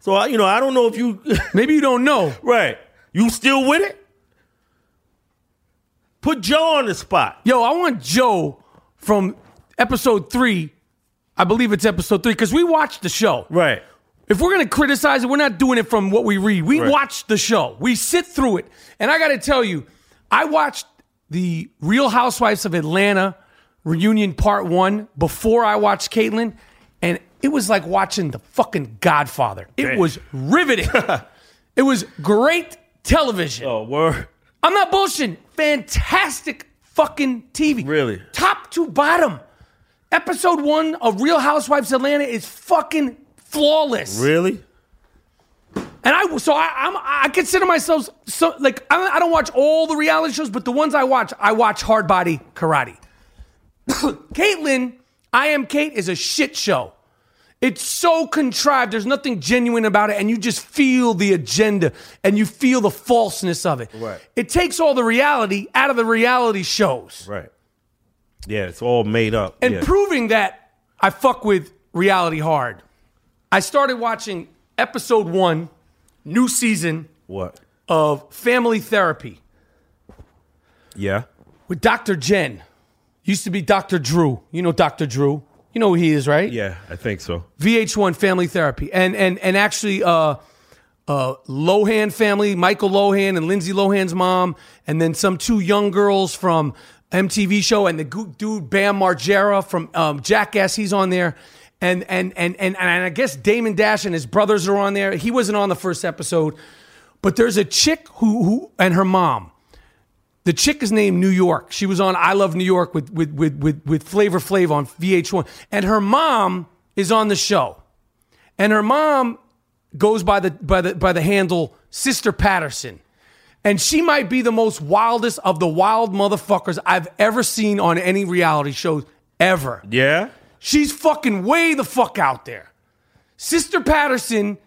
[SPEAKER 2] So I, you know, I don't know if you
[SPEAKER 1] Maybe you don't know.
[SPEAKER 2] right. You still with it? Put Joe on the spot.
[SPEAKER 1] Yo, I want Joe from episode three. I believe it's episode three, because we watched the show.
[SPEAKER 2] Right.
[SPEAKER 1] If we're gonna criticize it, we're not doing it from what we read. We
[SPEAKER 2] Right.
[SPEAKER 1] watch the show. We sit through it. And I gotta tell you, I watched the Real Housewives of Atlanta reunion part one before I watched Caitlyn, and it was like watching the fucking Godfather. It
[SPEAKER 2] Damn.
[SPEAKER 1] was riveting. it was great television.
[SPEAKER 2] Oh, word.
[SPEAKER 1] I'm not bullshitting. Fantastic fucking TV.
[SPEAKER 2] Really?
[SPEAKER 1] Top to bottom. Episode one of Real Housewives Atlanta is fucking flawless.
[SPEAKER 2] Really?
[SPEAKER 1] And I so I I'm, I consider myself so like I, I don't watch all the reality shows, but the ones I watch, I watch Hard Body Karate. Caitlyn, I am Kate is a shit show. It's so contrived. There's nothing genuine about it, and you just feel the agenda and you feel the falseness of it.
[SPEAKER 2] Right.
[SPEAKER 1] It takes all the reality out of the reality shows,
[SPEAKER 2] Right. Yeah, it's all made up.
[SPEAKER 1] and
[SPEAKER 2] yeah.
[SPEAKER 1] proving that I fuck with reality hard. I started watching episode one, new season
[SPEAKER 2] what?
[SPEAKER 1] of Family Therapy
[SPEAKER 2] Yeah.
[SPEAKER 1] with Dr. Jen. Used to be Dr. Drew. You know Dr. Drew. You know who he is, right?
[SPEAKER 2] Yeah, I think so.
[SPEAKER 1] VH1 Family Therapy. And and and actually uh uh Lohan family, Michael Lohan and Lindsay Lohan's mom, and then some two young girls from MTV show and the goo- dude Bam Margera from um, Jackass, he's on there. And and, and and and I guess Damon Dash and his brothers are on there. He wasn't on the first episode, but there's a chick who who and her mom the chick is named New York. She was on I Love New York with with with with, with Flavor Flav on VH1, and her mom is on the show, and her mom goes by the by the by the handle Sister Patterson, and she might be the most wildest of the wild motherfuckers I've ever seen on any reality shows ever.
[SPEAKER 2] Yeah?
[SPEAKER 1] She's fucking way the fuck out there. Sister Patterson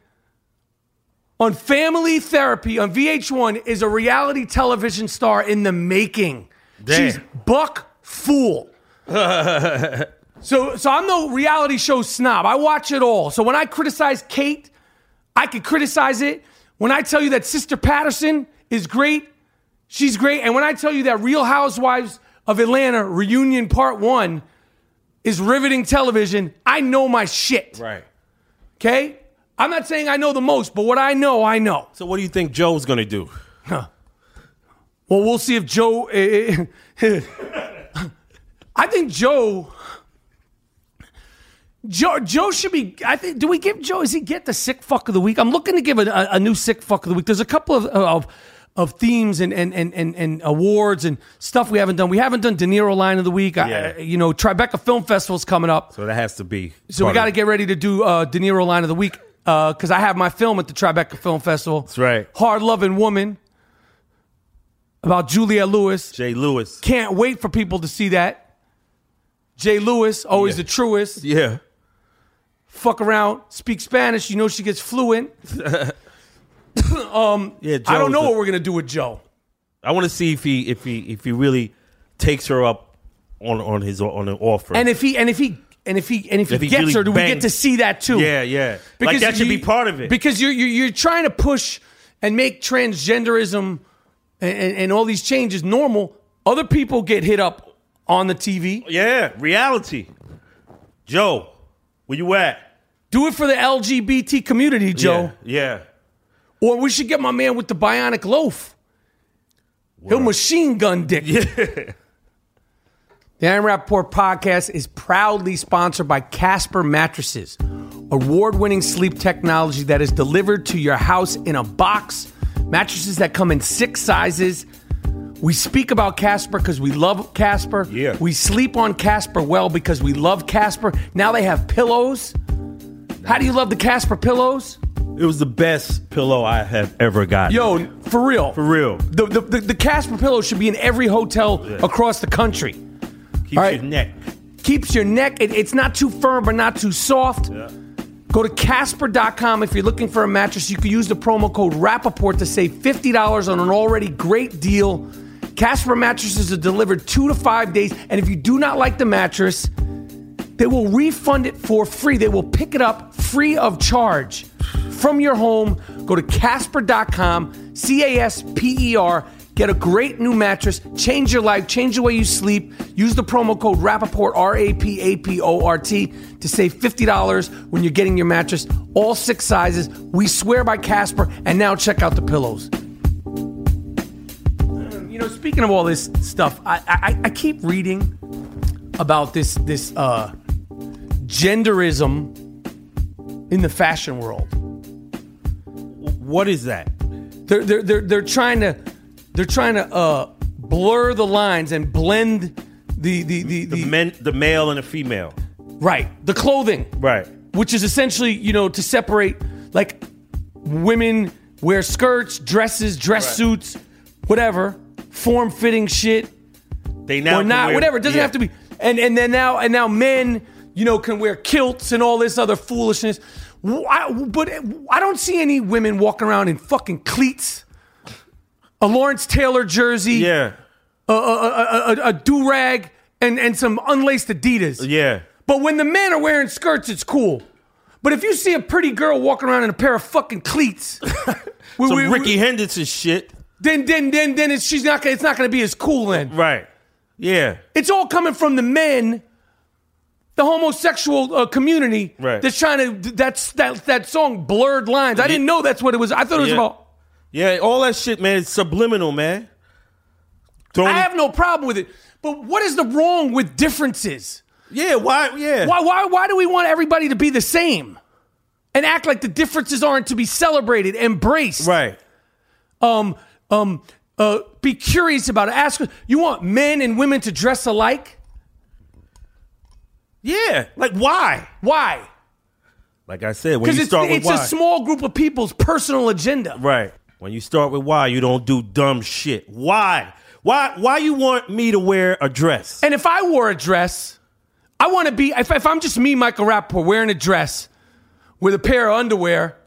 [SPEAKER 1] on Family Therapy on VH1 is a reality television star in the making.
[SPEAKER 2] Damn.
[SPEAKER 1] She's buck fool. so, so I'm no reality show snob. I watch it all. So when I criticize Kate, I could criticize it. When I tell you that Sister Patterson is great, she's great. And when I tell you that Real Housewives of Atlanta reunion part one is riveting television, I know my shit.
[SPEAKER 2] Right.
[SPEAKER 1] Okay? I'm not saying I know the most, but what I know, I know.
[SPEAKER 2] So what do you think Joe's going to do?
[SPEAKER 1] Well, we'll see if Joe. eh, eh, I think Joe. Joe, Joe should be. I think. Do we give Joe? Does he get the sick fuck of the week? I'm looking to give a, a, a new sick fuck of the week. There's a couple of of, of themes and and, and and and awards and stuff we haven't done. We haven't done De Niro line of the week. I-
[SPEAKER 2] Yeah.
[SPEAKER 1] I, you know, Tribeca Film Festival's coming up.
[SPEAKER 2] So that has to be.
[SPEAKER 1] So we got to get ready to do uh, De Niro line of the week because I have my film at the Tribeca Film Festival. That's
[SPEAKER 2] right.
[SPEAKER 1] Hard Loving Woman about Julia Lewis.
[SPEAKER 2] Jay Lewis.
[SPEAKER 1] Can't wait for people to see that. Jay Lewis, always
[SPEAKER 2] Yeah.
[SPEAKER 1] the truest.
[SPEAKER 2] Yeah.
[SPEAKER 1] Fuck around, speak Spanish. You know she gets fluent.
[SPEAKER 2] Yeah, Joe
[SPEAKER 1] I don't know
[SPEAKER 2] the-
[SPEAKER 1] what we're gonna do with Joe.
[SPEAKER 2] I want to see if he if he if he really takes her up on on his on an offer.
[SPEAKER 1] And if he and if he and if he and if,
[SPEAKER 2] If
[SPEAKER 1] he
[SPEAKER 2] he
[SPEAKER 1] gets
[SPEAKER 2] really
[SPEAKER 1] her, do we get
[SPEAKER 2] bangs-
[SPEAKER 1] to see that too?
[SPEAKER 2] yeah, yeah, like that should
[SPEAKER 1] you-
[SPEAKER 2] be part of it.
[SPEAKER 1] Because you're, you're you're trying to push and make transgenderism and, and, and all these changes normal. Other people get hit up on the TV.
[SPEAKER 2] yeah, reality. Joe, where you at?
[SPEAKER 1] Do it for the LGBT community, Joe.
[SPEAKER 2] Yeah.
[SPEAKER 1] Or we should get my man with the bionic loaf. He'll machine gun dick. The Iron Rapport podcast is proudly sponsored by Casper Mattresses, award winning sleep technology that is delivered to your house in a box. Mattresses that come in six sizes. We speak about Casper because we love Casper.
[SPEAKER 2] Yeah.
[SPEAKER 1] We sleep on Casper well because we love Casper. Now they have pillows. How do you love the Casper pillows?
[SPEAKER 2] It was the best pillow I have ever gotten.
[SPEAKER 1] Yo, for real.
[SPEAKER 2] For real.
[SPEAKER 1] The, the, the, the Casper pillow should be in every hotel
[SPEAKER 2] Yeah.
[SPEAKER 1] across the country.
[SPEAKER 2] keep
[SPEAKER 1] all right.
[SPEAKER 2] your neck.
[SPEAKER 1] Keeps your neck, it, it's not too firm but not too soft.
[SPEAKER 2] Yeah.
[SPEAKER 1] Go to Casper.com if you're looking for a mattress. You can use the promo code Rappaport to save $50 on an already great deal. Casper mattresses are delivered two to five days, and if you do not like the mattress, they will refund it for free. They will pick it up free of charge from your home. Go to Casper.com, C A S P E R. Get a great new mattress, change your life, change the way you sleep. Use the promo code Rappaport, R A P A P O R T, to save $50 when you're getting your mattress. All six sizes. We swear by Casper. And now check out the pillows. You know, speaking of all this stuff, I, I, I keep reading about this this uh, genderism in the fashion world.
[SPEAKER 2] What is that?
[SPEAKER 1] They're they're they're, they're trying to they're trying to uh, blur the lines and blend the the the,
[SPEAKER 2] The men, the male and the female.
[SPEAKER 1] right the clothing
[SPEAKER 2] Right.
[SPEAKER 1] which is essentially you know to separate like women wear skirts dresses dress suits whatever form fitting shit
[SPEAKER 2] They now
[SPEAKER 1] or
[SPEAKER 2] can
[SPEAKER 1] not
[SPEAKER 2] wear-
[SPEAKER 1] whatever it doesn't
[SPEAKER 2] yeah.
[SPEAKER 1] have to be and and then now and now men you know can wear kilts and all this other foolishness Why but i don't see any women walking around in fucking cleats a lawrence taylor jersey
[SPEAKER 2] Yeah.
[SPEAKER 1] a, a, a, a, a do rag and and some unlaced adidas
[SPEAKER 2] Yeah.
[SPEAKER 1] but when the men are wearing skirts it's cool but if you see a pretty girl walking around in a pair of fucking cleats we-
[SPEAKER 2] Some
[SPEAKER 1] we- we-
[SPEAKER 2] Ricky Henderson shit.
[SPEAKER 1] then then then then it's, she's not gonna, it's not going to be as cool then
[SPEAKER 2] Right. Yeah.
[SPEAKER 1] it's all coming from the men, the homosexual uh, community
[SPEAKER 2] Right.
[SPEAKER 1] that's trying to that's that that song blurred lines. I didn't know that's what it was. I thought it was
[SPEAKER 2] Yeah.
[SPEAKER 1] about.
[SPEAKER 2] Yeah. All that shit, man. It's subliminal, man. e- Throwing,
[SPEAKER 1] I have no problem with it, but what is the wrong with differences?
[SPEAKER 2] yeah. Why? Yeah.
[SPEAKER 1] Why why why do we want everybody to be the same and act like the differences aren't to be celebrated, embraced?
[SPEAKER 2] Right.
[SPEAKER 1] Um um uh, be curious about it. Ask you want men and women to dress alike?
[SPEAKER 2] Yeah. Like why?
[SPEAKER 1] Why?
[SPEAKER 2] Like I said, when
[SPEAKER 1] Because
[SPEAKER 2] you
[SPEAKER 1] it's,
[SPEAKER 2] start with
[SPEAKER 1] it's
[SPEAKER 2] why.
[SPEAKER 1] a small group of people's personal agenda.
[SPEAKER 2] Right. When you start with why, you don't do dumb shit. Why? Why? Why you want me to wear a dress?
[SPEAKER 1] And if I wore a dress, I want to be, if, if I'm just me, Michael Rappaport, wearing a dress with a pair of underwear,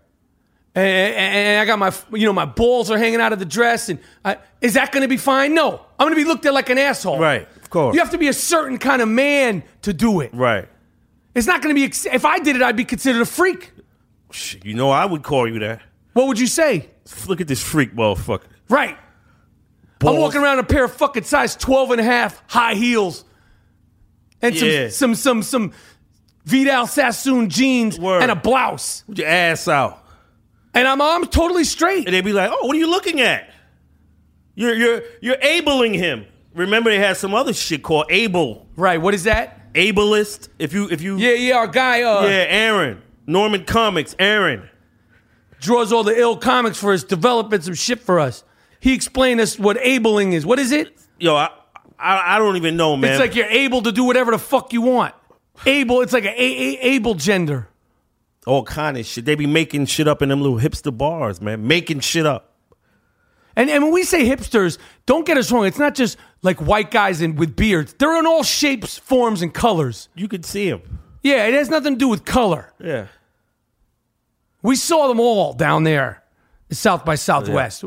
[SPEAKER 1] and, and, and I got my, you know, my balls are hanging out of the dress, and I, is that going to be fine? No. I'm going to be looked at like an asshole.
[SPEAKER 2] Right, of course.
[SPEAKER 1] You have to be a certain kind of man to do it.
[SPEAKER 2] Right.
[SPEAKER 1] It's not going to be, ex- if I did it, I'd be considered a freak.
[SPEAKER 2] Sh- You know I would call you that.
[SPEAKER 1] What would you say?
[SPEAKER 2] Look at this freak motherfucker.
[SPEAKER 1] Right.
[SPEAKER 2] Balls.
[SPEAKER 1] I'm walking around in a pair of fucking size 12 and a half high heels and some
[SPEAKER 2] Yeah.
[SPEAKER 1] some some some Vidal Sassoon jeans
[SPEAKER 2] Word.
[SPEAKER 1] and a blouse.
[SPEAKER 2] with your ass out,
[SPEAKER 1] And I'm I'm totally straight.
[SPEAKER 2] and they'd be like, "Oh, what are you looking at? You're you're you're abling him." Remember, they had some other shit called able
[SPEAKER 1] Right, what is that?
[SPEAKER 2] ableist. If you if you
[SPEAKER 1] Yeah, yeah, our guy uh,
[SPEAKER 2] yeah Aaron Norman Comics Aaron
[SPEAKER 1] draws all the ill comics for us, developing some shit for us. He explained us what abling is. What is it?
[SPEAKER 2] yo I I, I don't even know man.
[SPEAKER 1] It's like you're able to do whatever the fuck you want. Able, it's like a, a, a able gender.
[SPEAKER 2] all kind of shit. They be making shit up in them little hipster bars, man. Making shit up.
[SPEAKER 1] And, and when we say hipsters, don't get us wrong. It's not just like white guys and with beards. They're in all shapes, forms, and colors.
[SPEAKER 2] You could see them.
[SPEAKER 1] Yeah, it has nothing to do with color.
[SPEAKER 2] Yeah.
[SPEAKER 1] We saw them all down there, South by Southwest.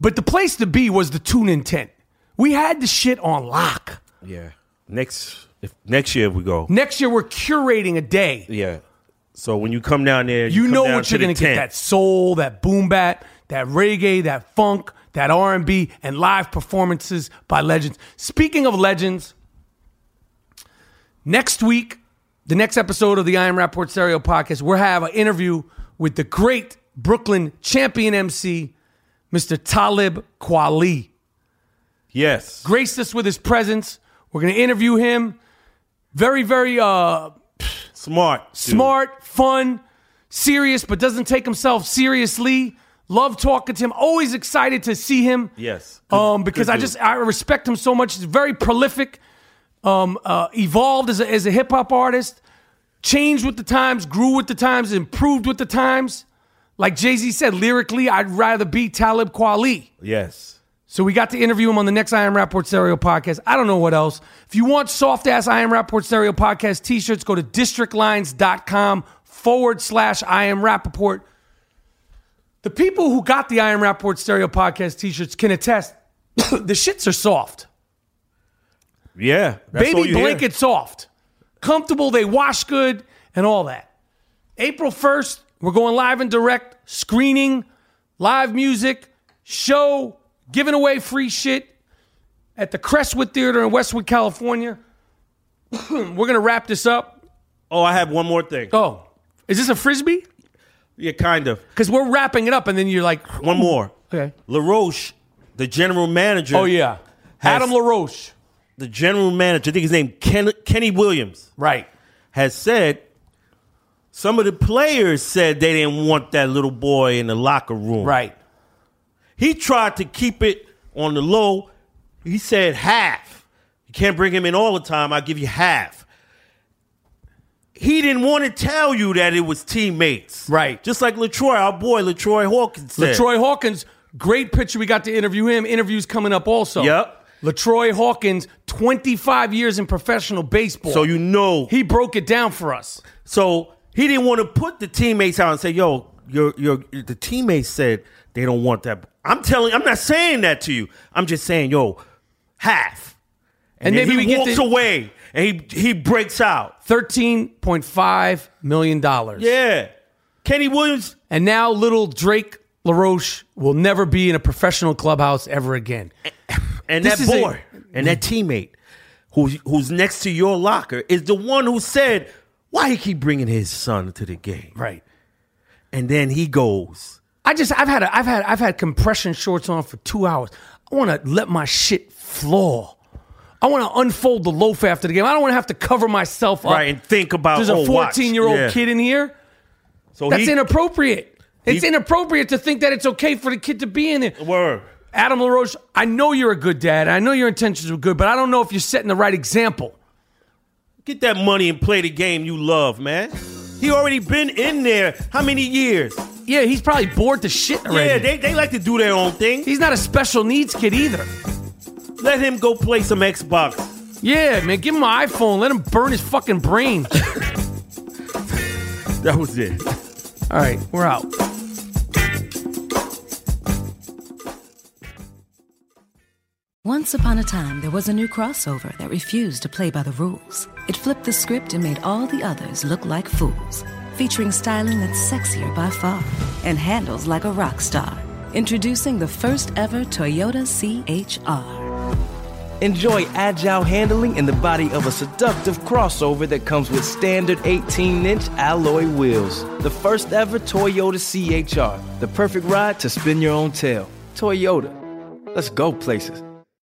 [SPEAKER 1] But the place to be was the tune in tent. We had the shit on lock.
[SPEAKER 2] Yeah. Next if next year we go.
[SPEAKER 1] Next year, we're curating a day.
[SPEAKER 2] Yeah. So when you come down there,
[SPEAKER 1] You
[SPEAKER 2] you, come
[SPEAKER 1] know
[SPEAKER 2] down
[SPEAKER 1] what
[SPEAKER 2] to
[SPEAKER 1] you're
[SPEAKER 2] the
[SPEAKER 1] gonna get:
[SPEAKER 2] tent.
[SPEAKER 1] that soul, that boom bat, that reggae, that funk, that R and B, and live performances by legends. Speaking of legends, next week, the next episode of the Iron Rapport Stereo Podcast, we'll have an interview with the great Brooklyn champion MC, Mr. Talib Kweli.
[SPEAKER 2] Yes.
[SPEAKER 1] Graced us with his presence. We're gonna interview him. Very, very uh,
[SPEAKER 2] Smart. dude.
[SPEAKER 1] smart, fun, serious, but doesn't take himself seriously. Love talking to him. Always excited to see him.
[SPEAKER 2] Yes. Good-
[SPEAKER 1] Um, because
[SPEAKER 2] good
[SPEAKER 1] I
[SPEAKER 2] dude.
[SPEAKER 1] just I respect him so much. He's very prolific. Um, uh, evolved as a, as a hip hop artist. Changed with the times. Grew with the times. Improved with the times. Like Jay Z said, lyrically, I'd rather be Talib Kweli.
[SPEAKER 2] Yes.
[SPEAKER 1] So we got to interview him on the next I Am Rapport Stereo podcast. I don't know what else. If you want soft ass I Am Rapport Stereo podcast t shirts, go to districtlines.com forward slash I Am Rapport. The people who got the I Am Rapport Stereo podcast t shirts can attest the shits are soft.
[SPEAKER 2] Yeah. That's all
[SPEAKER 1] Baby
[SPEAKER 2] you hear.
[SPEAKER 1] blanket soft, comfortable, they wash good, and all that. April 1st, we're going live and direct, screening, live music, show, giving away free shit at the Crestwood Theater in Westwood, California. we're going to wrap this up.
[SPEAKER 2] Oh, I have one more thing.
[SPEAKER 1] Oh, is this a frisbee?
[SPEAKER 2] Yeah, kind of.
[SPEAKER 1] Because we're wrapping it up, and then you're like,
[SPEAKER 2] One more.
[SPEAKER 1] Okay.
[SPEAKER 2] LaRoche, the general manager.
[SPEAKER 1] oh, yeah. Adam LaRoche.
[SPEAKER 2] The general manager, I think his name Ken, Kenny Williams.
[SPEAKER 1] Right.
[SPEAKER 2] has said some of the players said they didn't want that little boy in the locker room.
[SPEAKER 1] Right.
[SPEAKER 2] He tried to keep it on the low. He said half. You can't bring him in all the time. I give you half. He didn't want to tell you that it was teammates.
[SPEAKER 1] Right.
[SPEAKER 2] Just like Latroy, our boy Latroy Hawkins said.
[SPEAKER 1] Latroy Hawkins, great picture. We got to interview him. Interviews coming up also.
[SPEAKER 2] Yep.
[SPEAKER 1] Latroy Hawkins, 25 years in professional baseball.
[SPEAKER 2] So you know
[SPEAKER 1] he broke it down for us.
[SPEAKER 2] So he didn't want to put the teammates out and say, "Yo, your your the teammates said they don't want that." I'm telling, I'm not saying that to you. I'm just saying, yo, half, and,
[SPEAKER 1] And
[SPEAKER 2] then
[SPEAKER 1] maybe we
[SPEAKER 2] he
[SPEAKER 1] get
[SPEAKER 2] walks
[SPEAKER 1] the-
[SPEAKER 2] away and he he breaks out.
[SPEAKER 1] $13.5 million.
[SPEAKER 2] Yeah, Kenny Williams.
[SPEAKER 1] And now little Drake LaRoche will never be in a professional clubhouse ever again.
[SPEAKER 2] and
[SPEAKER 1] This
[SPEAKER 2] that
[SPEAKER 1] is a-
[SPEAKER 2] boy and that teammate who's who's next to your locker is the one who said why he keep bringing his son to the game
[SPEAKER 1] Right.
[SPEAKER 2] and then he goes
[SPEAKER 1] I just I've had a, I've had I've had compression shorts on for two hours. I want to let my shit floor. I want to unfold the loaf after the game. I don't want to have to cover myself up.
[SPEAKER 2] right and think about
[SPEAKER 1] There's
[SPEAKER 2] oh,
[SPEAKER 1] a
[SPEAKER 2] watch.
[SPEAKER 1] 14 year old
[SPEAKER 2] Yeah.
[SPEAKER 1] kid in here.
[SPEAKER 2] so
[SPEAKER 1] That's
[SPEAKER 2] he,
[SPEAKER 1] inappropriate. It's
[SPEAKER 2] he-
[SPEAKER 1] inappropriate to think that it's okay for the kid to be in there.
[SPEAKER 2] word
[SPEAKER 1] Adam LaRoche, I know you're a good dad. I know your intentions were good, but I don't know if you're setting the right example.
[SPEAKER 2] get that money and play the game you love man he already been in there how many years
[SPEAKER 1] Yeah, he's probably bored to shit already.
[SPEAKER 2] yeah they, they like to do their own thing
[SPEAKER 1] he's not a special needs kid either.
[SPEAKER 2] let him go play some xbox
[SPEAKER 1] Yeah, man, give him my iPhone. Let him burn his fucking brain.
[SPEAKER 2] that was it
[SPEAKER 1] All right, we're out.
[SPEAKER 3] Once upon a time, there was a new crossover that refused to play by the rules. It flipped the script and made all the others look like fools. Featuring styling that's sexier by far and handles like a rock star. Introducing the first ever Toyota CHR.
[SPEAKER 4] Enjoy agile handling in the body of a seductive crossover that comes with standard 18 inch alloy wheels. The first ever Toyota CHR, the perfect ride to spin your own tail. Toyota, let's go places.